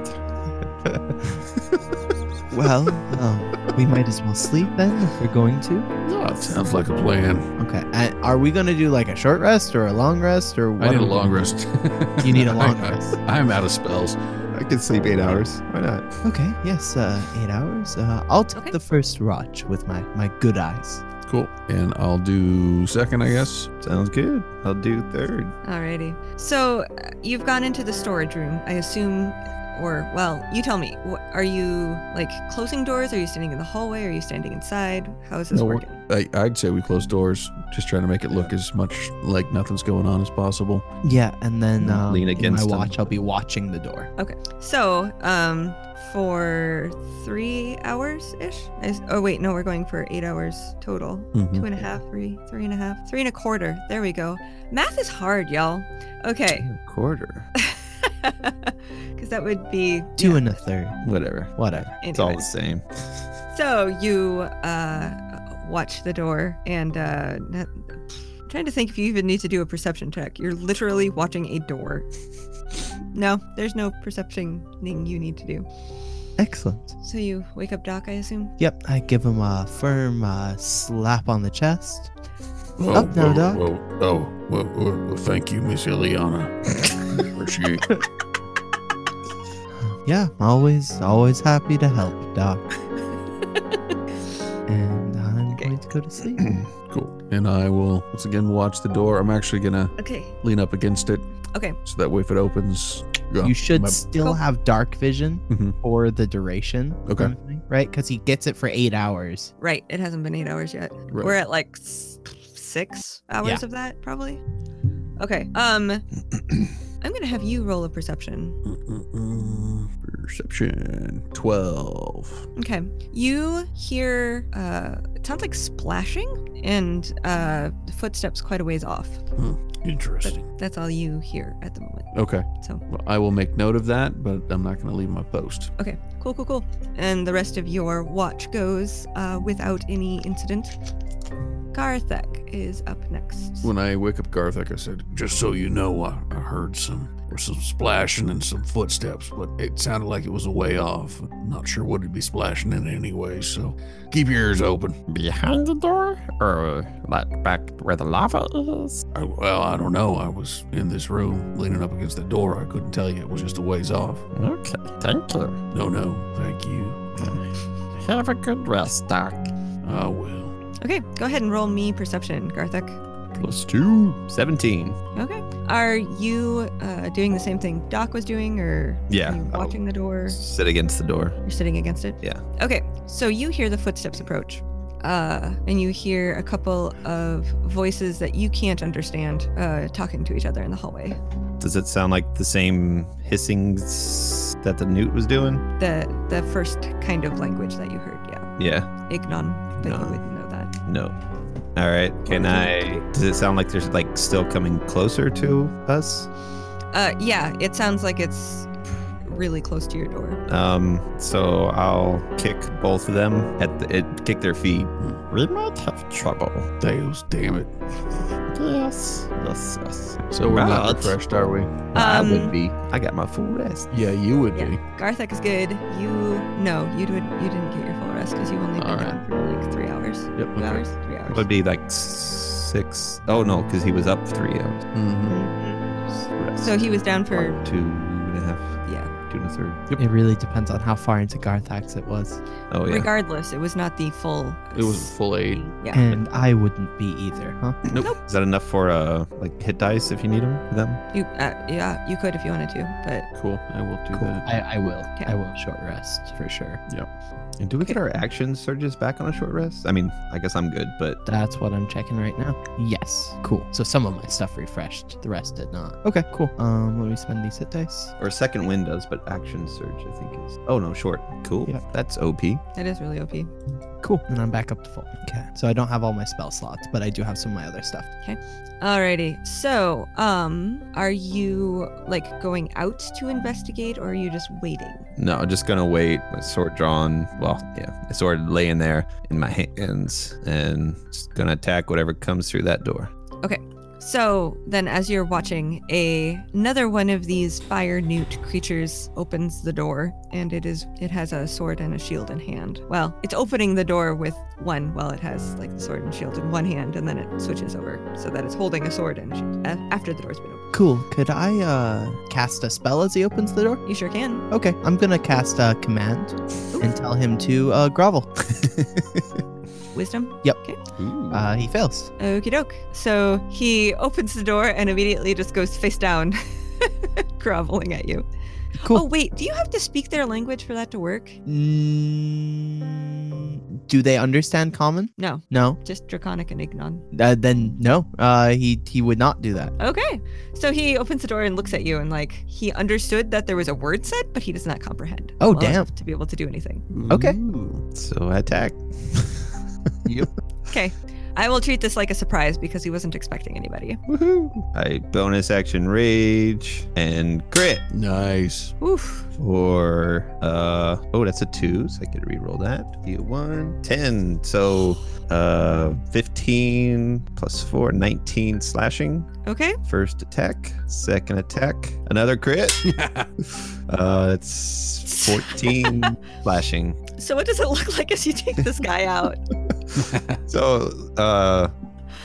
S2: Well, um, we might as well sleep then if we're going to.
S5: Yes.
S6: Sounds like a plan.
S2: Okay. And are we gonna do like a short rest or a long rest or?
S6: I
S2: what
S6: need
S2: are
S6: a
S2: we
S6: long
S2: doing?
S6: rest.
S2: You need a long
S6: I-
S2: rest.
S6: I- I'm out of spells.
S3: I can sleep eight hours. Why not?
S2: Okay. Yes. Uh, eight hours. Uh, I'll take
S1: Okay.
S2: the first watch with my my good eyes.
S4: Cool. And I'll do second, I guess.
S3: Sounds good. I'll do third.
S1: Alrighty. So uh, you've gone into the storage room. I assume, or well, you tell me. Wh- Are you like closing doors? Are you standing in the hallway? Are you standing inside? How is this
S4: No, we're-
S1: working?
S4: I, I'd say we close doors, just trying to make it look as much like nothing's going on as possible.
S2: Yeah, and then um,
S3: Lean
S2: in
S3: against
S2: my
S3: them.
S2: watch. I'll be watching the door.
S1: So, um, for three hours ish. Oh wait, no, we're going for eight hours total.
S4: Mm-hmm.
S1: Two and a half, three, three and a half, three and a quarter. There we go. Math is hard, y'all. Okay,
S3: Quarter.
S1: because that would be
S2: Mm-hmm. Two
S1: yeah,
S2: and a third.
S3: Whatever.
S2: Whatever.
S3: It's all
S1: anyway.
S3: the same.
S1: So you uh, watch the door and uh, n- I'm trying to think if you even need to do a perception check. You're literally watching a door. No, there's no perceptioning you need to do.
S2: Excellent.
S1: So you wake up Doc, I assume.
S2: Yep. I give him a firm uh, slap on the chest.
S6: Oh,
S2: Up now,
S6: whoa,
S2: Doc.
S6: whoa, oh, well, well, well, thank you, Miss Ileana. Appreciate it.
S2: Yeah, always, always happy to help, Doc. and I'm
S1: Okay.
S2: going to go to sleep.
S4: Cool. And I will once again watch the door. I'm actually going to
S1: Okay.
S4: lean up against it.
S1: Okay.
S4: So that way, if it opens, yeah,
S2: you should
S4: my-
S2: still
S1: Cool.
S2: have dark vision
S4: Mhm.
S2: for the duration.
S4: Okay.
S2: kind of thing, Right? Because he gets it for eight hours.
S1: Right. It hasn't been eight hours yet.
S4: Right.
S1: We're at like s- six hours
S2: Yeah.
S1: of that, probably. Okay. Um, I'm gonna have you roll a perception.
S4: Mm-mm-mm. Perception 12.
S1: Okay. You hear uh it sounds like splashing and uh footsteps quite a ways off.
S6: Interesting.
S1: That's all you hear at the moment.
S4: Okay.
S1: So
S4: Well, I will make note of that, but I'm not going to leave my post.
S1: okay, cool, cool, cool. And the rest of your watch goes uh without any incident. Garthek is up next.
S6: When I wake up Garthek, I said, just so you know, I, I heard some or some splashing and some footsteps, but it sounded like it was a way off. Not sure what it'd be splashing in anyway, so keep your ears open.
S5: Behind the door? Or like back where the lava is?
S6: I, well, I don't know. I was in this room leaning up against the door. I couldn't tell you. It was just a ways off.
S5: Okay, thank you.
S6: No, no. Thank you.
S5: Have a good rest, Doc.
S6: I will.
S1: Okay, go ahead and roll me perception, Garthek.
S3: Plus two. 17.
S1: Okay. Are you uh doing the same thing Doc was doing or
S3: Yeah.
S1: are you
S3: I'll
S1: watching the door?
S3: Sit against the door.
S1: You're sitting against it?
S3: Yeah.
S1: Okay, so you hear the footsteps approach. Uh, and you hear a couple of voices that you can't understand uh, talking to each other in the hallway.
S3: Does it sound like the same hissings that the newt was doing?
S1: The the first kind of language that you heard, yeah.
S3: Yeah.
S1: Ignon, but you
S3: Ignon.
S1: wouldn't know that.
S3: No. All right. Can I? Does it sound like there's like still coming closer to us?
S1: Uh, yeah, it sounds like it's really close to your door.
S3: Um. So I'll kick both of them at the, it. Kick their feet.
S5: We might have trouble.
S6: Theos, damn it.
S5: Yes, yes, yes.
S4: So we're not
S3: Right.
S4: refreshed, are we?
S3: I would
S1: Um,
S3: be. I got my full rest.
S4: Yeah, you would
S1: Yeah.
S4: be.
S1: Garthek is good. You no, you did you didn't get your full rest because you've only been
S4: Alright.
S1: down for like three hours, two
S4: Yep.
S1: hours, three hours.
S3: Would be like six. Oh no, because he was up three hours.
S6: Mm-hmm.
S4: hmm
S1: Mhm.
S3: Rest.
S1: So he was down for
S3: One, two and a half.
S1: yeah,
S3: Two and a third.
S4: Yep.
S2: It really depends on how far into Garthax it was.
S3: Oh yeah.
S1: Regardless, it was not the full.
S4: It was full eight.
S1: thing. Yeah.
S2: And I wouldn't be either, huh?
S3: Is that enough for uh like hit dice if you need them? Them?
S1: You, uh, yeah, you could if you wanted to, but
S4: Cool. I will do that.
S2: I, I will.
S1: Okay.
S2: I will short rest for sure.
S3: And do we get our action surges back on a short rest? I mean, I guess I'm good, but
S2: That's what I'm checking right now. Yes. Cool. So some of my stuff refreshed, the rest did not. Okay, cool. Um, let me spend these hit dice.
S3: or second wind does, but action surge I think is. Oh no, short. Cool.
S2: Yeah.
S3: That's OP.
S1: that is really OP.
S2: Cool. And I'm back up to full. Okay. So I don't have all my spell slots, but I do have some of my other stuff.
S1: Alrighty. So, um, are you like going out to investigate, or are you just waiting?
S3: No, I'm just gonna wait. My sword drawn. Well, yeah, my sword laying there in my hands, and just gonna attack whatever comes through that door.
S1: So then, as you're watching, a, another one of these fire newt creatures opens the door, and it is it has a sword and a shield in hand. Well, it's opening the door with one, while it has like the sword and shield in one hand, and then it switches over so that it's holding a sword and a shield a- after the door's been opened.
S2: Cool. Could I uh cast a spell as he opens the door?
S1: You sure can.
S2: Okay. I'm gonna cast a command and tell him to uh grovel.
S1: Wisdom.
S3: Ooh.
S2: Uh he fails.
S1: Okie doke. So he opens the door and immediately just goes face down, groveling at you.
S2: Cool.
S1: Oh wait, do you have to speak their language for that to work?
S2: Mm, do they understand common?
S1: No,
S2: No.
S1: just draconic and ignon.
S2: Uh, then no. Uh, he he would not do that.
S1: Okay. So he opens the door and looks at you and like he understood that there was a word said, but he does not comprehend.
S2: Oh,
S1: well
S2: damn.
S1: enough To be able to do anything.
S2: Okay.
S4: Ooh.
S3: so I attack.
S1: Okay. I will treat this like a surprise because he wasn't expecting anybody.
S3: Woohoo! I bonus action rage and crit
S4: Nice.
S1: Oof.
S3: for uh oh that's a two, so I could re-roll that. Be a one. Ten. So uh fifteen plus four, 19 slashing.
S1: Okay.
S3: First attack, second attack, another crit. uh, that's 14 slashing.
S1: So what does it look like as you take this guy out?
S3: So uh,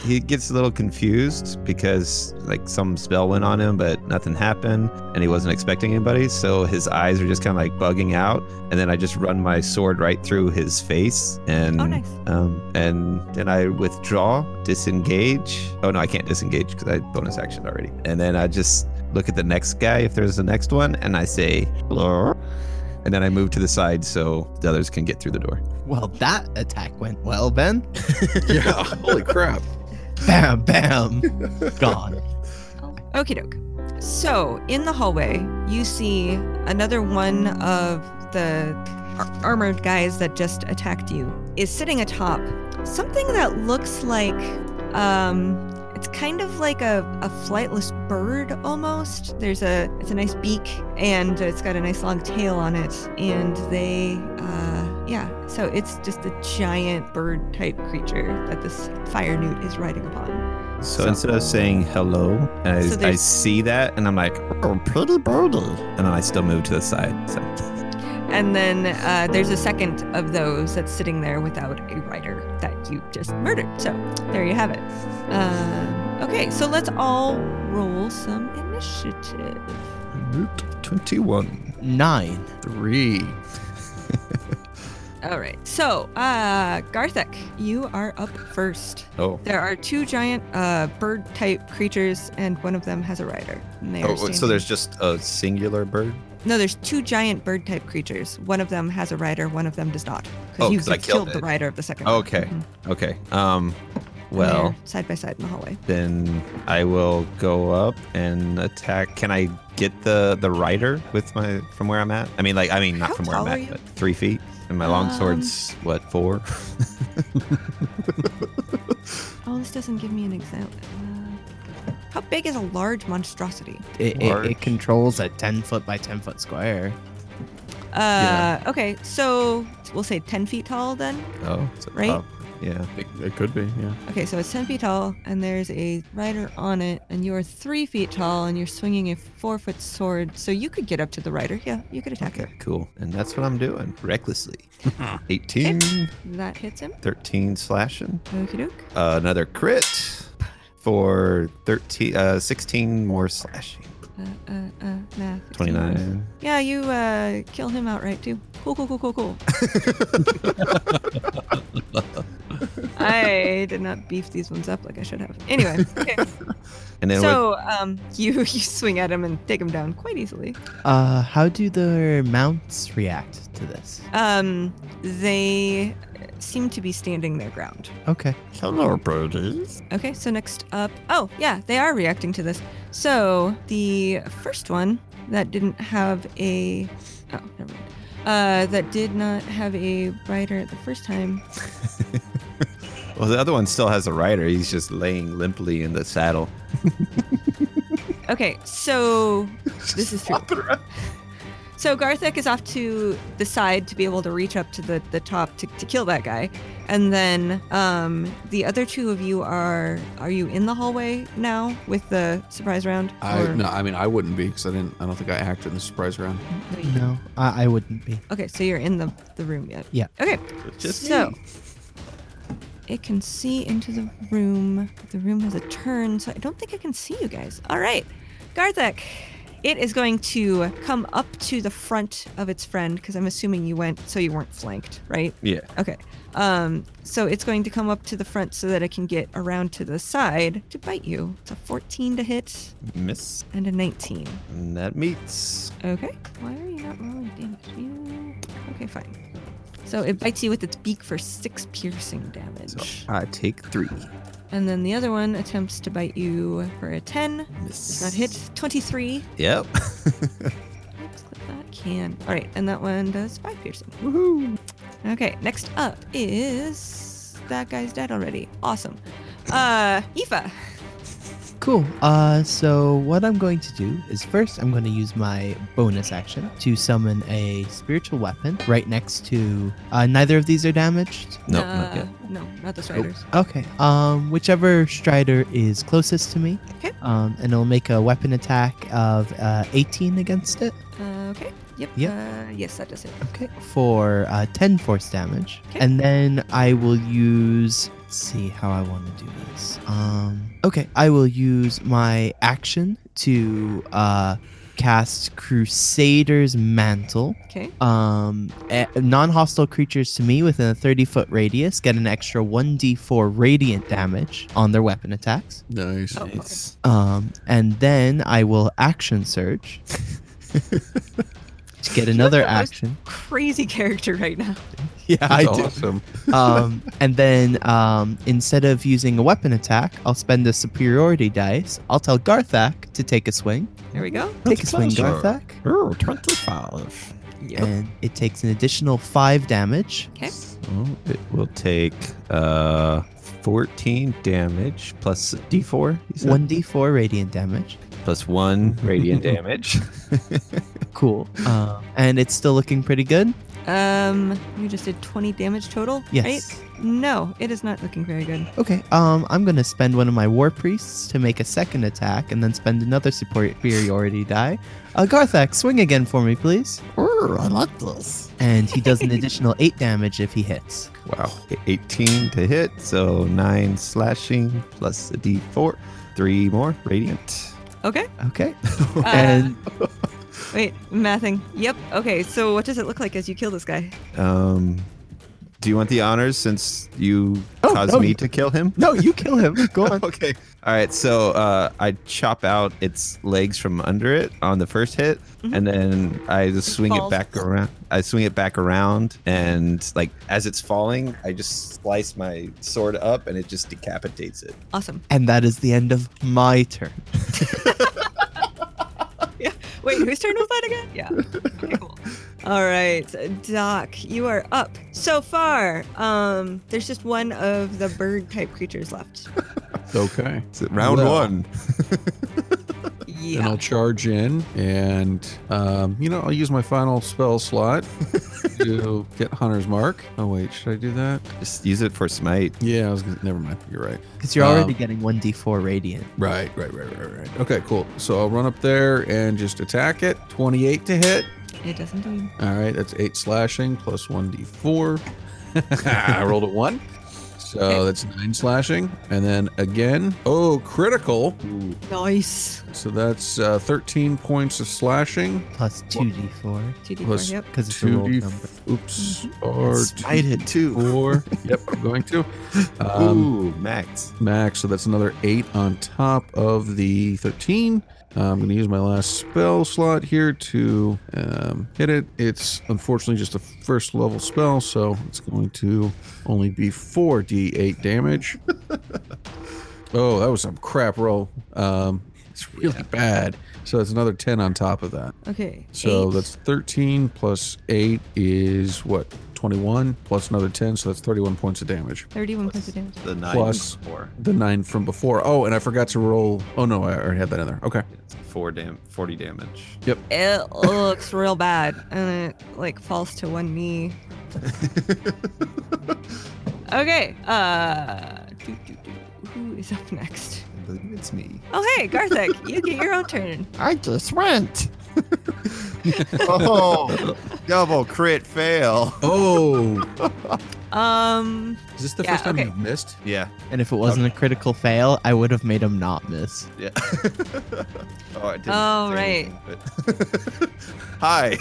S3: he gets a little confused because like some spell went on him, but nothing happened, and he wasn't expecting anybody. So his eyes are just kind of like bugging out, and then I just run my sword right through his face, and
S1: Oh nice.
S3: um, and then I withdraw, disengage. Oh no, I can't disengage because I bonus action already. And then I just look at the next guy if there's the next one, and I say hello, and then I move to the side so the others can get through the door.
S2: Well, that attack went well, Ben.
S4: Yeah. Holy crap.
S2: Bam, bam, gone.
S1: Okie doke. So, in the hallway, you see another one of the ar- armored guys that just attacked you is sitting atop something that looks like um it's kind of like a, a flightless bird almost there's a it's a nice beak and it's got a nice long tail on it and they uh yeah so it's just a giant bird type creature that this fire newt is riding upon
S3: So,
S1: So-
S3: instead of saying hello, I,
S1: So
S3: I
S1: there's-
S3: see that and I'm like, oh, pretty birdie. And then I still move to the side. So,
S1: And then uh, there's a second of those that's sitting there without a rider that you just murdered. So there you have it. Um, okay, so let's all roll some initiative.
S3: 21.
S2: Nine.
S4: Three.
S1: All right, so uh, Garthek, you are up first.
S3: Oh.
S1: There are two giant uh, bird type creatures, and one of them has a rider. And they are
S3: oh so
S1: standing-
S3: there's just a singular bird?
S1: no, there's two giant bird type creatures. One of them has a rider, one of them does not.
S3: Oh,
S1: you
S3: 'cause I
S1: just
S3: killed
S1: the
S3: it. Oh,
S1: rider of the second. one.
S3: Okay.
S1: Mhm. And
S3: Okay. Um,
S1: they
S3: well.
S1: are side by side in the hallway.
S3: then I will go up and attack. Can I get the the rider with my from where I'm at? I mean, like I mean, not
S1: How
S3: from where I'm
S1: tall are
S3: at,
S1: you?
S3: but three feet, and my long
S1: Um,
S3: sword's what four?
S1: Oh, this doesn't give me an example. Uh, how big is a large monstrosity?
S2: It, it,
S3: Large.
S2: it controls a ten foot by ten foot square.
S1: Uh, Okay, so we'll say 10 feet tall then.
S3: Oh, so-
S1: Right?
S3: oh, yeah.
S4: It, it could be. Yeah.
S1: Okay, so it's 10 feet tall, and there's a rider on it, and you're 3 feet tall, and you're swinging a 4 foot sword, so you could get up to the rider. Yeah, you could attack
S3: Okay, cool. And that's what I'm doing recklessly. 18,
S1: it. That hits him.
S3: 13 slashing,
S1: Okie doke.
S3: uh, another crit for 13, uh, 16 more slashing.
S1: uh, uh, uh, math. it's
S3: 29.
S1: Yeah, you uh, kill him outright too. Cool, cool, cool, cool, cool. I did not beef these ones up like I should have. Anyway, okay.
S3: And then with,
S1: so um, you you swing at him and take him down quite easily.
S2: Uh, how do the mounts react to this?
S1: Um, they seem to be standing their ground.
S2: Okay.
S3: hello, birdies.
S1: Okay, so next up. Oh, yeah, they are reacting to this. So the first one that didn't have a. Oh, never mind. Uh, that did not have a rider the first time.
S3: Well, the other one still has a rider. He's just laying limply in the saddle.
S1: Okay, so this is true. So Garthek is off to the side to be able to reach up to the, the top to, to kill that guy. And then um, the other two of you are are you in the hallway now with the surprise round?
S4: I
S1: Or-
S4: no, I mean I wouldn't be because I didn't. I don't think I acted in the surprise round.
S1: no, you-
S2: No, I, I wouldn't be.
S1: Okay, so you're in the, the room yet?
S2: Yeah.
S1: Okay.
S3: Just
S1: so
S3: me.
S1: it can see into the room. but The room has a turn, so I don't think I can see you guys. All right, Garthek. It is going to come up to the front of its friend because I'm assuming you went so you weren't flanked, right?
S3: Yeah.
S1: Okay. Um, so it's going to come up to the front so that it can get around to the side to bite you. It's a 14 to hit
S3: Miss.
S1: and a 19.
S3: And that meets.
S1: Okay. Why are you not rolling damage? You... Okay, fine. So it bites you with its beak for six piercing damage.
S3: I take three.
S1: And then the other one attempts to bite you for a 10.
S3: Miss.
S1: Does not hit. 23.
S3: Yep.
S1: Let's click that can. All right. And that one does five piercing.
S3: Woohoo.
S1: Okay. Next up is. That guy's dead already. Awesome. Uh, Aoife.
S2: Cool. Uh, so what I'm going to do is first I'm going to use my bonus action to summon a spiritual weapon right next to. Uh, neither of these are damaged.
S3: No,
S1: uh,
S3: not yet.
S1: No, not the striders.
S2: Okay. Um, whichever Strider is closest to me.
S1: Okay.
S2: Um, and it'll make a weapon attack of uh, 18 against it.
S1: Uh, okay. Yep.
S2: Yep.
S1: Uh, yes, that does hit.
S2: Okay. For uh, 10 force damage.
S1: Okay.
S2: And then I will use. Let's see how I want to do this. Um, okay. I will use my action to uh, cast Crusader's Mantle.
S1: Okay.
S2: Um, non hostile creatures to me within a 30 foot radius get an extra 1d4 radiant damage on their weapon attacks.
S4: Nice.
S1: Oh, okay.
S3: It's
S2: Um, and then I will action surge to get another
S1: the most-
S2: action.
S1: Crazy character right now.
S2: Yeah,
S4: That's awesome.
S2: do. Um, and then um, instead of using a weapon attack, I'll spend a superiority dice. I'll tell Garthak to take a swing.
S1: There we go.
S2: Take a
S3: That's
S2: swing,
S3: closer.
S2: Garthak.
S3: Ooh, 25.
S2: And it takes an additional five damage.
S1: Okay.
S3: Oh, it will take uh 14 damage plus d4. you said?
S2: 1d4 radiant damage.
S3: Plus one radiant damage.
S2: Cool. Um, and it's still looking pretty good.
S1: Um, you just did 20 damage total,
S2: Yes.
S1: right? No, it is not looking very good.
S2: Okay, um, I'm gonna spend one of my war priests to make a second attack, and then spend another superiority die. Uh, Garthak, swing again for me, please.
S3: Ooh, I like this.
S2: And he does an additional eight damage if he hits.
S3: Wow. 18 to hit, so 9 slashing plus a d4. 3 more radiant.
S1: Okay.
S2: Okay,
S1: Uh,
S2: and
S1: wait, mathing. Yep. Okay. So what does it look like as you kill this guy?
S3: Um do you want the honors since you
S2: Oh,
S3: caused
S2: no,
S3: me
S2: you-
S3: to kill him?
S2: no, you kill him. Go on.
S3: okay. All right. So uh, I chop out its legs from under it on the first hit,
S1: Mhm.
S3: and then I just swing
S1: falls.
S3: it back around. I swing it back around, and like as it's falling, I just slice my sword up, and it just decapitates it.
S1: Awesome.
S2: And that is the end of my turn.
S1: Wait, whose turn was that again? Yeah. Okay, cool. All right, Doc, you are up. So far, um, there's just one of the bird type creatures left.
S4: Okay.
S3: So round
S4: Well.
S3: one.
S4: And
S1: Yeah.
S4: I'll charge in, and um, you know I'll use my final spell slot to get Hunter's Mark. Oh wait, should I do that?
S3: Just use it for smite.
S4: Yeah, I was gonna. Never mind. You're right.
S2: Because you're already
S4: Um,
S2: getting 1d4 radiant.
S4: Right, right, right, right, right. Okay, cool. So I'll run up there and just attack it. 28 to hit.
S1: It does indeed.
S4: All right, that's eight slashing plus 1d4. I rolled a one. So that's nine slashing. And then again, oh, critical.
S1: Nice.
S4: So that's uh, 13 points of slashing.
S2: plus 2d4
S1: 2d4,
S4: Plus-
S1: yep.
S2: because it's a rolled
S4: 2d.
S2: number.
S4: Oops. Or
S3: Spite it too.
S4: 4. yep, I'm going to. Um,
S3: Ooh, max.
S4: max. So that's another eight on top of the 13. Uh, I'm going to use my last spell slot here to um, hit it. It's unfortunately just a first level spell, so it's going to only be 4d8 damage. oh, that was some crap roll. Um, it's really bad. So that's another 10 on top of that.
S1: Okay.
S4: So
S1: eight.
S4: that's 13 plus 8 is what? 21 plus another 10. So that's 31 points of damage.
S1: 31 points of damage.
S3: The nine
S4: Plus-
S3: four.
S4: The nine from before. Oh, and I forgot to roll. Oh no, I already had that in there. Okay.
S3: It's four dam forty damage.
S1: It looks real bad, and it like falls to one knee. okay. Uh, do, do, do. who is up next?
S3: I believe it's me.
S1: Oh, hey, Garthek, you get your own turn.
S3: I just went. oh, double crit fail.
S4: Oh,
S1: Um,
S4: is this the
S1: Yeah,
S4: first time
S1: okay.
S4: you've missed?
S3: Yeah,
S2: and if it wasn't a critical fail i would have made him not miss
S3: yeah. oh, I didn't.
S1: Oh,
S3: say
S1: right.
S3: anything, but- Hi.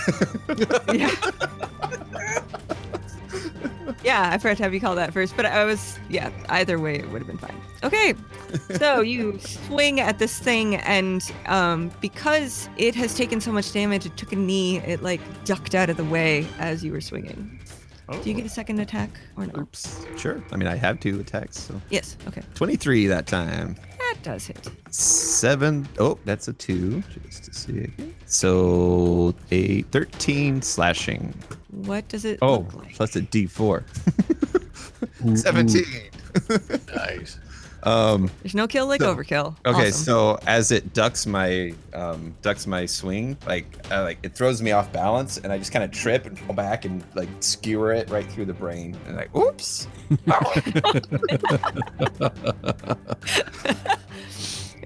S1: yeah. yeah, I forgot to have you call that first, but I was, yeah, either way, it would have been fine. Okay, so you swing at this thing, and um, because it has taken so much damage, it took a knee, it like ducked out of the way as you were swinging. Do
S3: Oh.
S1: you get a second attack or not?
S3: Oops. Sure. I mean, I have two attacks. So
S1: Yes, okay.
S3: twenty-three that time.
S1: That does hit.
S3: Seven. Oh, that's a two. Just to see again. So a thirteen slashing.
S1: What does it
S3: Oh,
S1: look like?
S3: plus a D four. Seventeen.
S6: Nice.
S3: Um.
S1: There's no kill like
S3: So-
S1: overkill.
S3: Okay,
S1: Awesome.
S3: so as it ducks my um, ducks my swing, like uh, like it throws me off balance, and I just kind of trip and fall back and like skewer it right through the brain, and like, oops.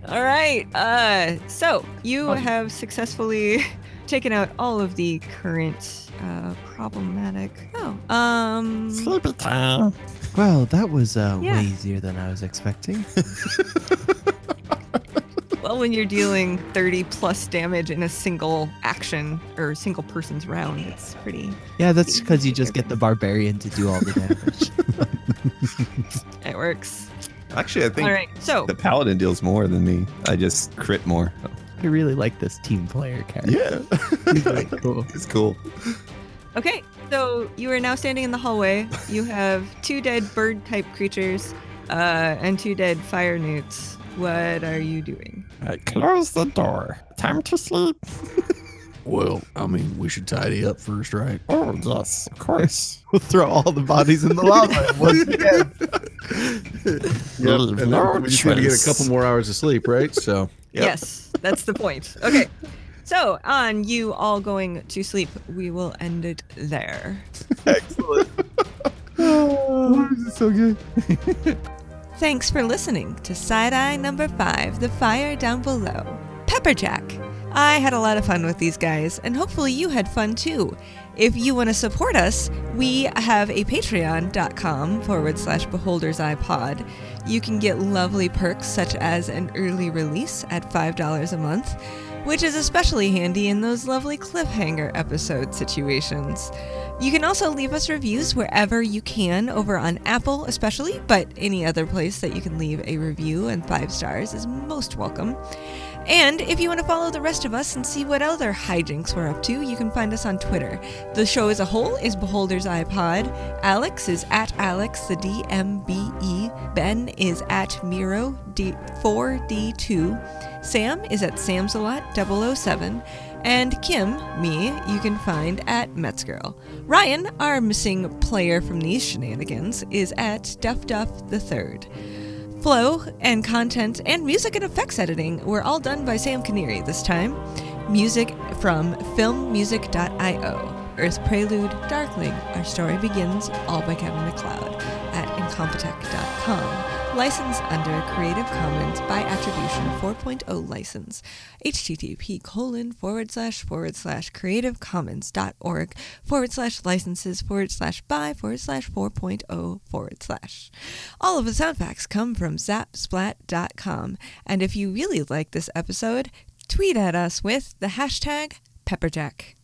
S1: All right. Uh, so you
S3: Oh.
S1: have successfully taken out all of the current uh, problematic. Oh, um,
S3: time.
S2: well that was uh,
S1: Yeah.
S2: way easier than i was expecting
S1: well, when you're dealing 30 plus damage in a single action or single person's round, it's pretty.
S2: yeah that's because you just get the barbarian to do all the damage
S1: It works.
S3: Actually, I think
S1: All right. So
S3: the paladin deals more than me. I just crit more.
S2: i really like this team player character
S3: Yeah,
S2: He's really cool.
S3: it's cool.
S1: okay. So you are now standing in the hallway. You have two dead bird type creatures, uh, and two dead fire newts. What are you doing?
S5: I close the door. Time to sleep.
S6: Well, I mean, we should tidy up first, right?
S5: Oh, yes, of course.
S2: we'll throw all the bodies in the lava once again.
S5: Leave no
S4: we just need to get a
S5: trace.
S4: couple more hours of sleep, right? So,
S3: Yep.
S1: Yes, that's the point. Okay. So, on you all going to sleep, we will end it there.
S3: so good?
S1: Thanks for listening to Side Eye Number 5 The Fire Down Below. Pepperjack! I had a lot of fun with these guys, and hopefully you had fun too. If you want to support us, we have a patreon.com forward slash beholders iPod. You can get lovely perks such as an early release at $5 a month, which is especially handy in those lovely cliffhanger episode situations. You can also leave us reviews wherever you can over on Apple, especially, but any other place that you can leave a review and five stars is most welcome. And if you want to follow the rest of us and see what other hijinks we're up to, you can find us on Twitter. The show as a whole is Beholder's iPod. Alex is at Alex the DMBE. E. Ben is at Miro D- 4D2. Sam is at Samsalot 007. And Kim, me, you can find at Metzgirl. Ryan, our missing player from these shenanigans, is at Duff Duff the Third. Flow and content and music and effects editing were all done by Sam Canary this time. Music from filmmusic.io. Earth Prelude, Darkling, Our Story Begins, all by Kevin McLeod at incompetech.com. Licensed under Creative Commons by Attribution 4.0 license. HTTP colon forward slash forward slash creativecommons.org forward slash licenses forward slash by forward slash 4.0 forward slash. All of the sound facts come from zapsplat.com. And if you really like this episode, tweet at us with the hashtag pepperjack.